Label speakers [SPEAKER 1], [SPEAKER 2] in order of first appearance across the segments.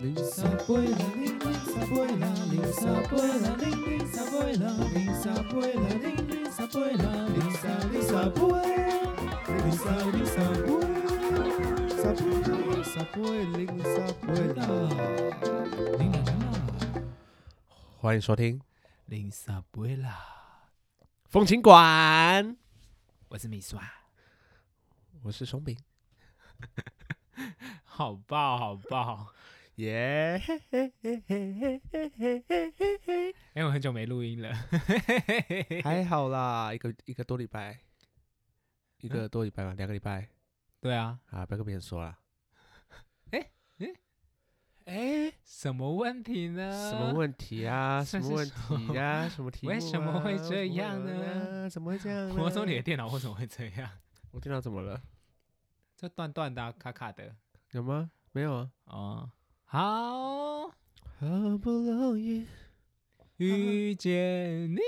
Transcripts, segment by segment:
[SPEAKER 1] 零撒贝拉，零零撒贝拉，零撒贝拉，零零撒贝拉，零撒贝拉，零零撒贝拉，零撒零撒贝，零撒零撒贝，撒贝撒贝零撒贝拉，零两啦，
[SPEAKER 2] 欢迎收听
[SPEAKER 1] 零撒贝拉，
[SPEAKER 2] 风情馆，
[SPEAKER 1] 我是米刷，
[SPEAKER 2] 我是松饼，
[SPEAKER 1] 好爆好爆！
[SPEAKER 2] 耶、嘿嘿嘿嘿嘿嘿嘿嘿嘿
[SPEAKER 1] 哎、我很久没录音 了，
[SPEAKER 2] 还好啦，一个一个多礼拜，一个多礼拜吧，两个礼拜
[SPEAKER 1] 对啊，
[SPEAKER 2] 啊，不要跟别人说啦。
[SPEAKER 1] 哎哎
[SPEAKER 2] 哎，
[SPEAKER 1] 什么问题呢？
[SPEAKER 2] 什么问题 啊？什
[SPEAKER 1] 算
[SPEAKER 2] 么
[SPEAKER 1] 是
[SPEAKER 2] 问题呀、什么题目、啊？
[SPEAKER 1] 呃为什么会这
[SPEAKER 2] 怎么了
[SPEAKER 1] 样呢
[SPEAKER 2] 啊？怎么会这样呢？
[SPEAKER 1] 我说你的电脑为什么会这样？
[SPEAKER 2] 我电脑怎么了？
[SPEAKER 1] 就断断的啊、卡卡的。
[SPEAKER 2] 有吗？没有啊。
[SPEAKER 1] 哦，好，
[SPEAKER 2] 好不容易，
[SPEAKER 1] 遇见你。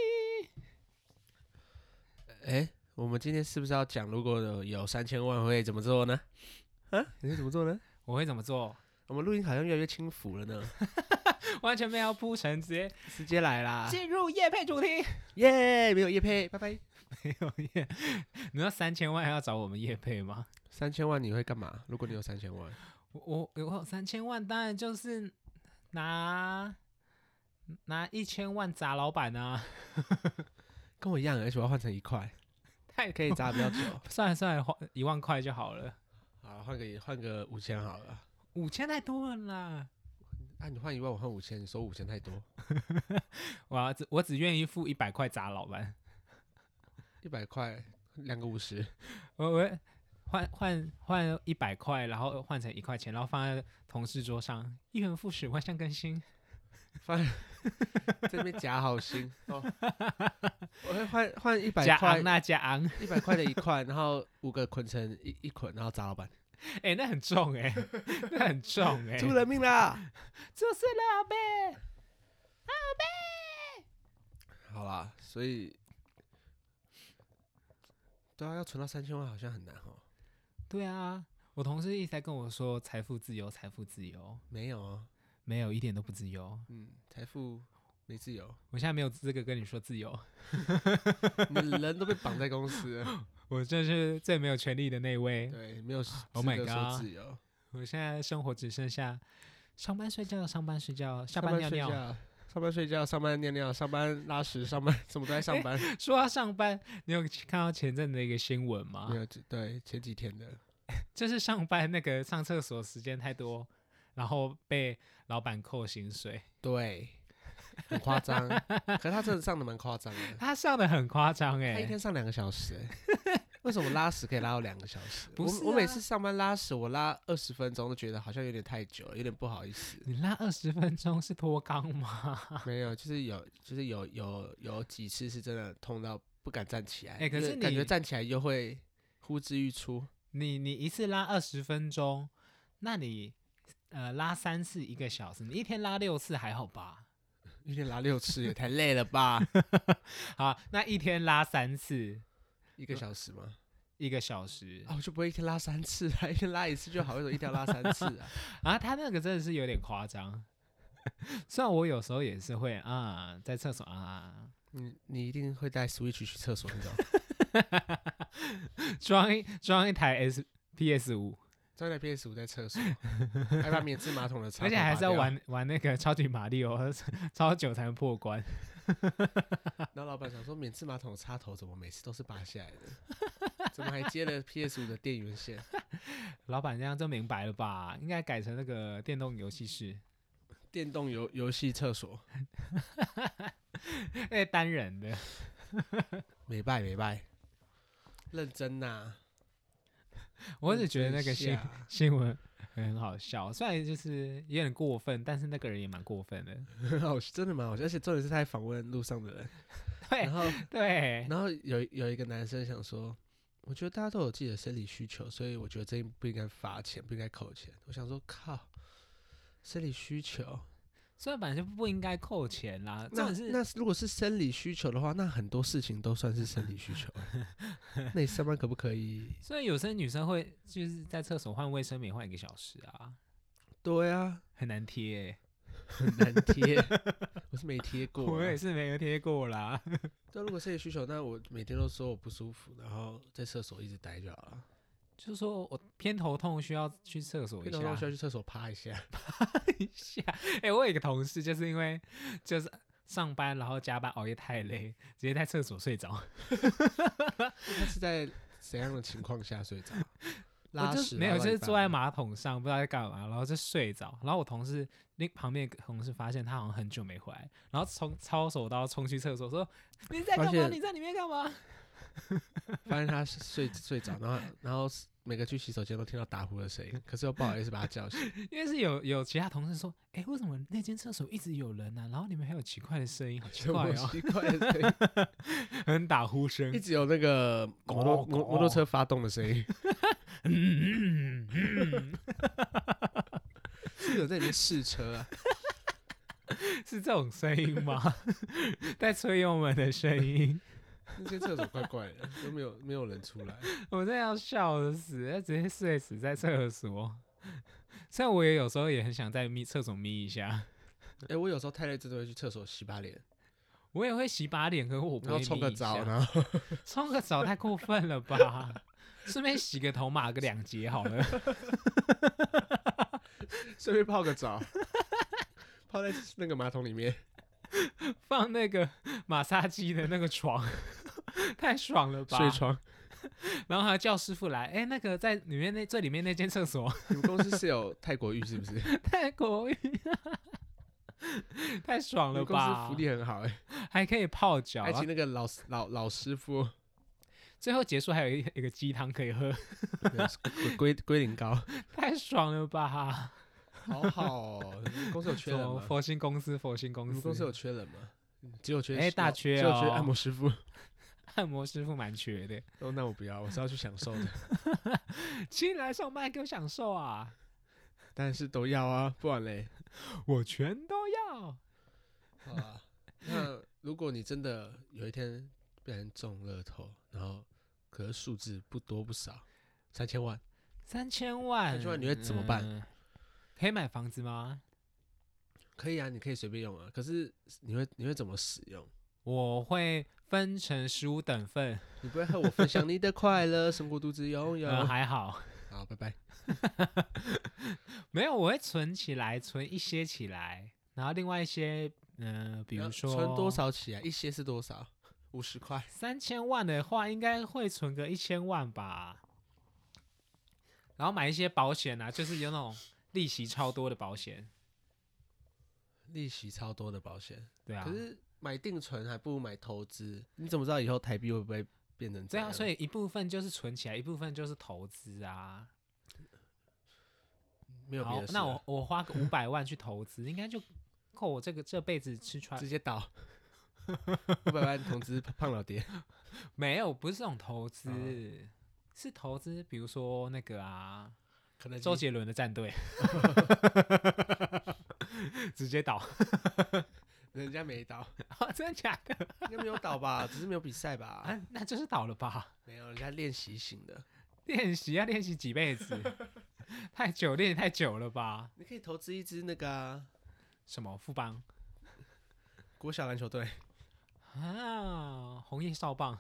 [SPEAKER 2] 哎，我们今天是不是要讲，如果有有三千万会怎么做呢？啊，你会怎么做呢？
[SPEAKER 1] 我会怎么做？
[SPEAKER 2] 我们录音好像越来越轻浮了呢，
[SPEAKER 1] 完全没有铺陈，直接
[SPEAKER 2] 直接来啦！
[SPEAKER 1] 进入夜配主题。
[SPEAKER 2] 耶没有叶配，拜拜。
[SPEAKER 1] 没有夜，你知道三千万还要找我们夜配吗？
[SPEAKER 2] 三千万你会干嘛？如果你有三千万，
[SPEAKER 1] 我我我有三千万，当然就是拿拿一千万砸老板啊！
[SPEAKER 2] 跟我一样，而且我要换成一块，
[SPEAKER 1] 太
[SPEAKER 2] 可以砸比较久。
[SPEAKER 1] 算了算了，花一万块就好了，
[SPEAKER 2] 好，换个换个五千好了。
[SPEAKER 1] 五千太多了啦。
[SPEAKER 2] 啊，你换一万，我换五千，你收五千太多，
[SPEAKER 1] 我要只我只愿意付一百块砸老板。
[SPEAKER 2] 一百块两个五十，
[SPEAKER 1] 我我换换换一百块，然后换成一块钱，然后放在同事桌上，一元复始，万象更新。
[SPEAKER 2] 放这边假好心哦。我会换换一百
[SPEAKER 1] 加
[SPEAKER 2] 块
[SPEAKER 1] 昂，那啊加昂，
[SPEAKER 2] 一百块的一块，然后五个捆成一一捆，然后砸老板，
[SPEAKER 1] 哎、那很重哎、 那很重 哎、
[SPEAKER 2] 出人命啦！
[SPEAKER 1] 出事了，阿贝。
[SPEAKER 2] 好啦，所以对啊，要存到三千万好像很难哦。
[SPEAKER 1] 对啊，我同事一直在跟我说财富自由，财富自由，
[SPEAKER 2] 没有啊，
[SPEAKER 1] 没有一点都不自由。
[SPEAKER 2] 嗯，财富没自由，
[SPEAKER 1] 我现在没有资格跟你说自由，
[SPEAKER 2] 你的人都被绑在公司了，
[SPEAKER 1] 我这是最没有权利的那位。
[SPEAKER 2] 对，没有资
[SPEAKER 1] Oh my
[SPEAKER 2] 格说
[SPEAKER 1] god
[SPEAKER 2] 自由。
[SPEAKER 1] 我现在生活只剩下上班睡觉，上班睡觉，下
[SPEAKER 2] 上
[SPEAKER 1] 班
[SPEAKER 2] 班
[SPEAKER 1] 尿
[SPEAKER 2] 睡
[SPEAKER 1] 尿。
[SPEAKER 2] 觉，上班睡觉，上班尿尿，上班拉 屎，上班什么都在上班。
[SPEAKER 1] 说到上班，你有看到前阵的一个新闻
[SPEAKER 2] 没
[SPEAKER 1] 吗？
[SPEAKER 2] 有，对，前几天的，
[SPEAKER 1] 就是上班那个上厕所时间太多，然后被老板扣薪水。
[SPEAKER 2] 对，很夸 张。可是他真的上的蛮夸张的，
[SPEAKER 1] 他上的很夸张哎、
[SPEAKER 2] 他一天上两个小时、欸 为什么拉屎可以拉到两个小时？
[SPEAKER 1] 不是
[SPEAKER 2] 我我每
[SPEAKER 1] 啊
[SPEAKER 2] 次上班拉屎，我拉二十分钟都觉得好像有点太久了，有点不好意
[SPEAKER 1] 。
[SPEAKER 2] 思
[SPEAKER 1] 你拉二十分钟是脱肛吗？
[SPEAKER 2] 没有，就是有，就是有有有几次是真的痛到不敢站起来。
[SPEAKER 1] 欸可
[SPEAKER 2] 因为
[SPEAKER 1] 是
[SPEAKER 2] 感
[SPEAKER 1] 你
[SPEAKER 2] 觉站起来又会呼之欲出。
[SPEAKER 1] 你你一次拉二十分钟，那你呃拉三次一个小时，你一天拉六次还好吧？
[SPEAKER 2] 一天拉六次也太累了 吧？
[SPEAKER 1] 好，那一天拉三次
[SPEAKER 2] 一个小时吗？
[SPEAKER 1] 一个小时
[SPEAKER 2] 啊，我就不会一天拉三次啊， 一天拉一次就好，为什么一定要拉三次啊？
[SPEAKER 1] 啊，他那个真的是有点夸张。 虽然我有时候也是会啊，在厕所啊
[SPEAKER 2] 你你一定会带 Switch 去厕所那种，
[SPEAKER 1] 装一装一台 S P S 五，
[SPEAKER 2] 装一台 PS 五在厕 所，还把免治马桶的插，
[SPEAKER 1] 而且还是 要。玩玩那个超级马里奥， 超久才能破关。
[SPEAKER 2] 然后老板想说，免治马桶的插头怎么每次都是拔下来的？ 怎么还接了 PS 五的电源线？
[SPEAKER 1] 老板这样就明白了吧？应该改成那个电动游戏室，
[SPEAKER 2] 电动游游戏厕所，
[SPEAKER 1] 哎、单人的。
[SPEAKER 2] 没拜没拜，认真呐、
[SPEAKER 1] 我只觉得那个
[SPEAKER 2] 认真
[SPEAKER 1] 新
[SPEAKER 2] 下
[SPEAKER 1] 新闻很好笑，虽然就是有点过分，但是那个人也蛮过 分的。
[SPEAKER 2] 很好，真的蛮好笑，而且重点是他还访问路上的人，
[SPEAKER 1] 对
[SPEAKER 2] 然后
[SPEAKER 1] 对，
[SPEAKER 2] 然后有有一个男生想说，我觉得大家都有自己的生理需求，所以我觉得这不应该罚钱，不应该扣钱。我想说，靠，生理需求，
[SPEAKER 1] 虽然本来就不应该扣钱啦，重
[SPEAKER 2] 那
[SPEAKER 1] 点是
[SPEAKER 2] 那如果是生理需求的话，那很多事情都算是生理需求欸。那你上班可不可以？
[SPEAKER 1] 虽然有些女生会就是在厕所换卫生棉换一个小时啊，
[SPEAKER 2] 对啊，
[SPEAKER 1] 很难贴欸、
[SPEAKER 2] 很难贴，我是没贴过
[SPEAKER 1] 我也
[SPEAKER 2] 啊。
[SPEAKER 1] 是没有贴过啦。
[SPEAKER 2] 但如果生理需求，那我每天都说我不舒服，然后在厕所一直待就好了。
[SPEAKER 1] 就是说我偏头痛需要去厕所一
[SPEAKER 2] 然后需
[SPEAKER 1] 下
[SPEAKER 2] 要去厕所趴一下，
[SPEAKER 1] 一下。 哎、我有一个同事就是因为就是上班然后加班熬夜太累，直接在厕所睡着。
[SPEAKER 2] 他是在怎样的情况下睡 着？拉
[SPEAKER 1] 我就
[SPEAKER 2] 屎
[SPEAKER 1] 是没有，
[SPEAKER 2] 拉到
[SPEAKER 1] 就是
[SPEAKER 2] 一半
[SPEAKER 1] 坐在
[SPEAKER 2] 吗
[SPEAKER 1] 马桶上，不知道在干嘛，然后就睡着。然后我同事那旁边的同事发现他好像很久没回来，然后从抄手刀冲去厕所说：“你在
[SPEAKER 2] 发
[SPEAKER 1] 干嘛？
[SPEAKER 2] 现
[SPEAKER 1] 你在里面干嘛
[SPEAKER 2] 发现他睡睡着，然后然后每个去洗手间都听到打呼的声音， 可是又不好意思把他叫醒。？”
[SPEAKER 1] 因为是有有其他同事说：“哎、为什么那间厕所一直有人呢、啊然后里面还有奇怪的声音，好奇
[SPEAKER 2] 什
[SPEAKER 1] 怪
[SPEAKER 2] 么
[SPEAKER 1] 哦，
[SPEAKER 2] 奇怪的声 音，
[SPEAKER 1] 很打呼声
[SPEAKER 2] 一。直有那个摩托摩摩托车发动的声音，
[SPEAKER 1] 哦嗯”嗯嗯
[SPEAKER 2] 是有在里面试车啊？
[SPEAKER 1] 是这种声音吗？ 带车友们的声音，
[SPEAKER 2] 那间厕所怪怪的，都没有没有人出来。
[SPEAKER 1] 我真的要笑死，要直接睡死在厕所。 虽然我也有时候也很想在咪厕所眯一下，
[SPEAKER 2] 哎、我有时候太累，真的会去厕所洗把脸，
[SPEAKER 1] 我也会洗把脸，可是我不
[SPEAKER 2] 然
[SPEAKER 1] 会
[SPEAKER 2] 后冲个
[SPEAKER 1] 眯一下
[SPEAKER 2] 澡，然后
[SPEAKER 1] 冲个澡太过分了吧？ 顺便洗个头，码个两节好了。
[SPEAKER 2] 顺便泡个澡，泡在那个马桶里 面，
[SPEAKER 1] 放那个 马杀鸡的那个床， 太爽了吧？
[SPEAKER 2] 睡床。
[SPEAKER 1] 然后还叫师傅来，哎、那个在里面那最里面那间厕所，
[SPEAKER 2] 你们公司是有泰国浴是不是？
[SPEAKER 1] 泰国浴， 太
[SPEAKER 2] 你
[SPEAKER 1] 爽了
[SPEAKER 2] 们公司
[SPEAKER 1] 吧？
[SPEAKER 2] 福利很好哎、
[SPEAKER 1] 还可以泡脚、
[SPEAKER 2] 还
[SPEAKER 1] 啊
[SPEAKER 2] 请，那个老老老师 傅，
[SPEAKER 1] 最后结束还有一一 个鸡汤可以喝，
[SPEAKER 2] 龟龟苓膏，
[SPEAKER 1] 太爽了吧？
[SPEAKER 2] 好好、哦，你们公司有缺
[SPEAKER 1] 什
[SPEAKER 2] 人
[SPEAKER 1] 么
[SPEAKER 2] 吗？
[SPEAKER 1] 佛心公司，佛心
[SPEAKER 2] 你
[SPEAKER 1] 公
[SPEAKER 2] 们
[SPEAKER 1] 司，
[SPEAKER 2] 公司有缺人吗？只有缺
[SPEAKER 1] 哎大
[SPEAKER 2] 老
[SPEAKER 1] 缺
[SPEAKER 2] 只有缺
[SPEAKER 1] 哦
[SPEAKER 2] 按摩师傅。
[SPEAKER 1] 按摩师傅蛮缺的，
[SPEAKER 2] 哦，那我不要，我是要去享受的。
[SPEAKER 1] 请你来上班给我享受啊！
[SPEAKER 2] 但是都要啊，不然嘞。
[SPEAKER 1] 我全都要。
[SPEAKER 2] 好啊，那如果你真的有一天不然中乐透，然后可是数字不多不少，三千万，
[SPEAKER 1] 三千万，
[SPEAKER 2] 三千万你会怎么办
[SPEAKER 1] 嗯可以买房子吗？
[SPEAKER 2] 可以啊，你可以随便用啊。可是你会你会怎么使用？
[SPEAKER 1] 我会分成十五等份，
[SPEAKER 2] 你不会和我分享你的快 乐，生活独自拥有。
[SPEAKER 1] 呃，还好，
[SPEAKER 2] 好，拜拜。
[SPEAKER 1] 没有，我会存起来，存一些起来，然后另外一些，嗯、比
[SPEAKER 2] 要
[SPEAKER 1] 如说
[SPEAKER 2] 存多少起来？啊一些是多少？五十块。
[SPEAKER 1] 三千万的话，应该会存个一千万吧。然后买一些保险啊，就是有那种利息超多的保险。
[SPEAKER 2] 利息超多的保险，
[SPEAKER 1] 对啊
[SPEAKER 2] 可，是买定存还不如买投资。你怎么知道以后台币会不会变成这
[SPEAKER 1] 对
[SPEAKER 2] 样？
[SPEAKER 1] 啊，所以一部分就是存起来，一部分就是投资啊。
[SPEAKER 2] 没有别
[SPEAKER 1] 好
[SPEAKER 2] 的，事了。啊
[SPEAKER 1] 那我我花个五百万去投资，应该就够我这个这辈子吃穿
[SPEAKER 2] 直。接 倒，五百万投资胖老爹。
[SPEAKER 1] 没有，不是这种投资，
[SPEAKER 2] 哦
[SPEAKER 1] 是投资，比如说那个啊，
[SPEAKER 2] 可能
[SPEAKER 1] 周杰伦的战队， 直接倒、
[SPEAKER 2] 人家没倒，
[SPEAKER 1] 哦，真的假的？
[SPEAKER 2] 应该没有倒 吧？只是没有比赛吧？
[SPEAKER 1] 啊，那就是倒了吧。
[SPEAKER 2] 没有，人家练习型的。
[SPEAKER 1] 练习要练习几辈子， 太久练太久了吧？
[SPEAKER 2] 你可以投资一支那个啊、
[SPEAKER 1] 什么富邦
[SPEAKER 2] 国小篮球队，
[SPEAKER 1] 啊，红叶少棒，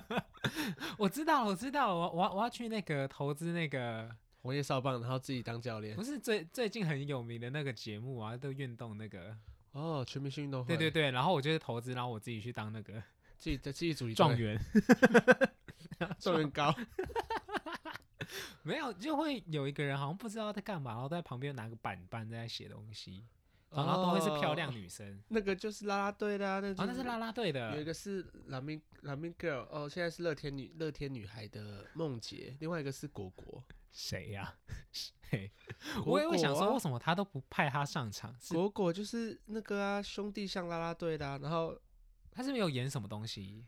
[SPEAKER 1] 我知道了，我知道了，我我要我要去那个投资那个，
[SPEAKER 2] 红叶少棒，然后自己当教练
[SPEAKER 1] 不。是最最近很有名的那个节目啊，都运动那个，
[SPEAKER 2] 哦，全明星运动会，
[SPEAKER 1] 对对，对，然后我就是投资，然后我自己去当那个
[SPEAKER 2] 自己自己组一队
[SPEAKER 1] 状，元，
[SPEAKER 2] 状元高。
[SPEAKER 1] 没有就会有一个人好像不知道在干嘛，然后在旁边拿个板板在写东西， 然后都会是漂亮
[SPEAKER 2] 哦，
[SPEAKER 1] 女生，
[SPEAKER 2] 那个就是啦啦队啦，那
[SPEAKER 1] 啊，
[SPEAKER 2] 就
[SPEAKER 1] 那是啦啦队
[SPEAKER 2] 有一
[SPEAKER 1] 的，
[SPEAKER 2] 个是 Lamin Lamin Girl，哦，现在是乐天女乐天女孩的梦洁，另外一个是果果。
[SPEAKER 1] 谁呀、 谁？我也会想
[SPEAKER 2] 果
[SPEAKER 1] 说，
[SPEAKER 2] 果
[SPEAKER 1] 为
[SPEAKER 2] 啊
[SPEAKER 1] 什么他都不派他上场？是
[SPEAKER 2] 果果就是那个啊，兄弟像啦啦队的啊、然后
[SPEAKER 1] 他是没有演什么东西？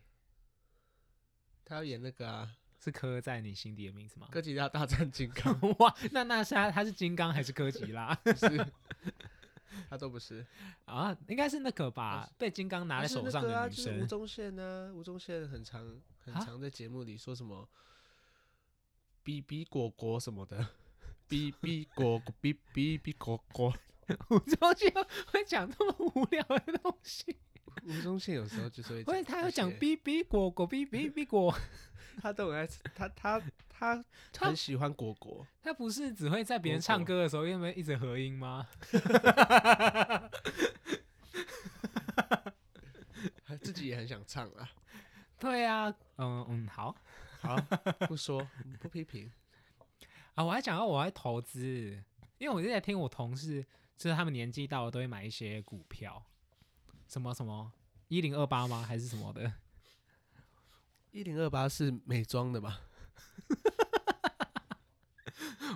[SPEAKER 2] 他要演那个啊，
[SPEAKER 1] 是刻在你心底的名字吗？
[SPEAKER 2] 《哥吉拉大战金刚
[SPEAKER 1] 哇，那那是他他是金刚还是哥吉拉》，
[SPEAKER 2] 不是， 他都不是，
[SPEAKER 1] 啊？应该是那个吧，被金刚拿在
[SPEAKER 2] 就是那
[SPEAKER 1] 手上
[SPEAKER 2] 个
[SPEAKER 1] 的
[SPEAKER 2] 啊，
[SPEAKER 1] 女
[SPEAKER 2] 就是吴
[SPEAKER 1] 生。
[SPEAKER 2] 宗宪呢、啊，吴宗宪很常很
[SPEAKER 1] 啊
[SPEAKER 2] 常在节目里说什么比比果果什么的，哔哔果果哔哔哔果 果。
[SPEAKER 1] 吴宗宪会讲这么无聊的东西，
[SPEAKER 2] 吴宗宪有时候就是会，
[SPEAKER 1] 不是他会讲，哔哔果果哔哔哔果，
[SPEAKER 2] 他都很爱吃，他他他
[SPEAKER 1] 他
[SPEAKER 2] 很喜欢果果。
[SPEAKER 1] 他不是只会在别人
[SPEAKER 2] 果果
[SPEAKER 1] 唱歌的时候，因为一直合音吗？
[SPEAKER 2] 他自己也很想唱啊。
[SPEAKER 1] 对啊，嗯嗯，好
[SPEAKER 2] 好， 不说，嗯不批评。
[SPEAKER 1] 啊，我还讲到我在投资，因为我一直在听我同事，就是他们年纪到了都会买一些股票，什么什么一零二八吗？还是什么的？
[SPEAKER 2] 一零二八是美妆的吧？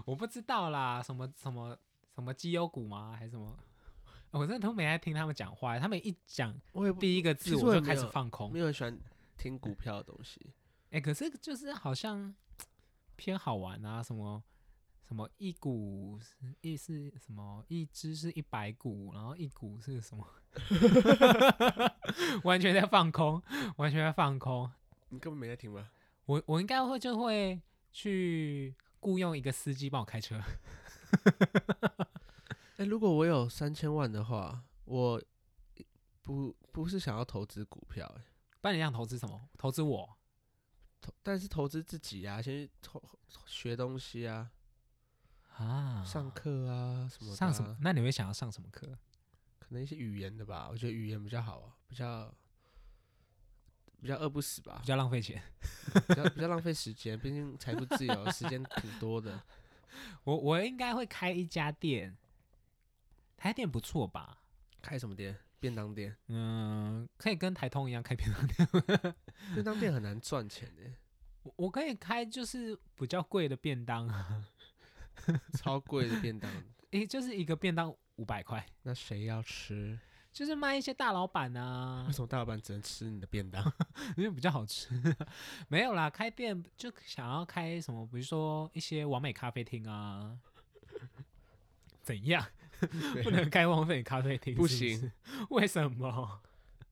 [SPEAKER 1] 我不知道啦，什么什么什么绩优股吗？还是什么？我真的都没爱听他们讲话，他们一讲
[SPEAKER 2] 我也不
[SPEAKER 1] 第一个
[SPEAKER 2] 其
[SPEAKER 1] 字
[SPEAKER 2] 实
[SPEAKER 1] 我
[SPEAKER 2] 我也
[SPEAKER 1] 就
[SPEAKER 2] 没
[SPEAKER 1] 开始
[SPEAKER 2] 有
[SPEAKER 1] 放空
[SPEAKER 2] 没。有很喜欢听股票的东西。
[SPEAKER 1] 哎、可是就是好像偏好玩啊，什么什么一股是一是什么一只是一百股，然后一股是什么， 完全在放空，完全在放空。
[SPEAKER 2] 你根本没在听吧？
[SPEAKER 1] 我我应该会就会去雇佣一个司机帮我开车，
[SPEAKER 2] 哎、如果我有三千万的话，我不不是想要投资股票、欸，
[SPEAKER 1] 不然你想投资什么？投资我？
[SPEAKER 2] 投但是投资自己啊，先去投学东西啊，
[SPEAKER 1] 啊，
[SPEAKER 2] 上课啊什么的、啊，
[SPEAKER 1] 上什么？那你会想要上什么课？
[SPEAKER 2] 可能一些语言的吧，我觉得语言比较好啊，比较比较饿不死吧
[SPEAKER 1] 比，较浪费钱。
[SPEAKER 2] 比较比较浪费时间，毕竟财富自由，时间挺多的。
[SPEAKER 1] 我我应该会开一家店，台店不错吧？
[SPEAKER 2] 开什么店？便当店，
[SPEAKER 1] 嗯，可以跟台通一样开便当店。
[SPEAKER 2] 便当店很难赚钱欸诶、
[SPEAKER 1] 我我可以开就是比较贵的便当啊，
[SPEAKER 2] 超贵的便当，
[SPEAKER 1] 诶，就是一个便当五百块，
[SPEAKER 2] 那谁要吃？
[SPEAKER 1] 就是卖一些大老板啊
[SPEAKER 2] 为，什么大老板只能吃你的便当？
[SPEAKER 1] 因为比较好吃。没有啦，开店就想要开什么，比如说一些完美咖啡厅啊。怎样？不能开完美咖啡厅？
[SPEAKER 2] 不
[SPEAKER 1] 是
[SPEAKER 2] 行
[SPEAKER 1] 是， 为什么？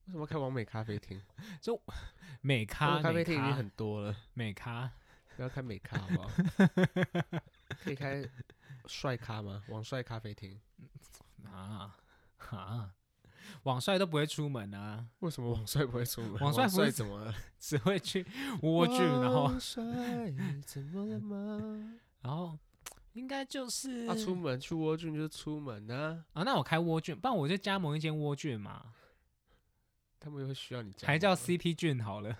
[SPEAKER 2] 为什么开完美咖啡厅？
[SPEAKER 1] 美
[SPEAKER 2] 完
[SPEAKER 1] 咖
[SPEAKER 2] 美咖啡
[SPEAKER 1] 美
[SPEAKER 2] 厅已经
[SPEAKER 1] 咖
[SPEAKER 2] 很多了，
[SPEAKER 1] 美咖，
[SPEAKER 2] 不要开美咖好不 好？可以开帅咖吗？王帅咖啡厅？
[SPEAKER 1] 啊啊！ 网帅都不会出门啊，
[SPEAKER 2] 为什么王帅不会出门？
[SPEAKER 1] 王帅不是
[SPEAKER 2] 怎么了？
[SPEAKER 1] 只会去蜗居，然后
[SPEAKER 2] 王帅怎么了 吗？
[SPEAKER 1] 然后应该就是
[SPEAKER 2] 啊，出门去蜗居就是出门啊，
[SPEAKER 1] 啊那我开蜗卷，不然我就加盟一间蜗卷嘛，
[SPEAKER 2] 他们又会需要你加入吗。
[SPEAKER 1] 还叫 CT 卷好了，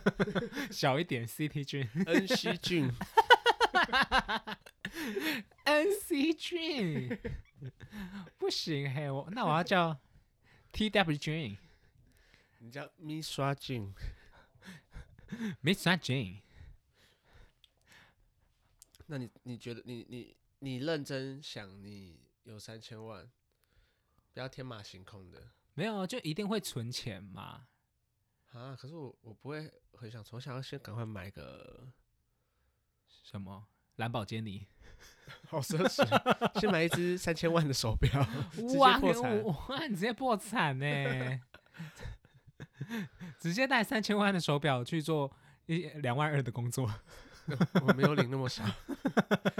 [SPEAKER 1] 小一点 CT 卷
[SPEAKER 2] 恩熙俊，
[SPEAKER 1] ，NC 卷 不行嘿，我那我要叫 TW 卷
[SPEAKER 2] 你叫咪刷俊，
[SPEAKER 1] ，Miss 卷，
[SPEAKER 2] 那你你觉得你你你认真想，你有三千万，不要天马行空的
[SPEAKER 1] 没有啊就一定会存钱嘛，
[SPEAKER 2] 啊！可是我我不会很想存，我想要先赶快买个
[SPEAKER 1] 什么蓝宝坚尼，
[SPEAKER 2] 好奢侈，先买一只三千万的手表，直接
[SPEAKER 1] 哇
[SPEAKER 2] 破产。
[SPEAKER 1] 哇你直接破产呢、 直接带三千万的手表去做一两万二的工作。
[SPEAKER 2] 我没有领那么少，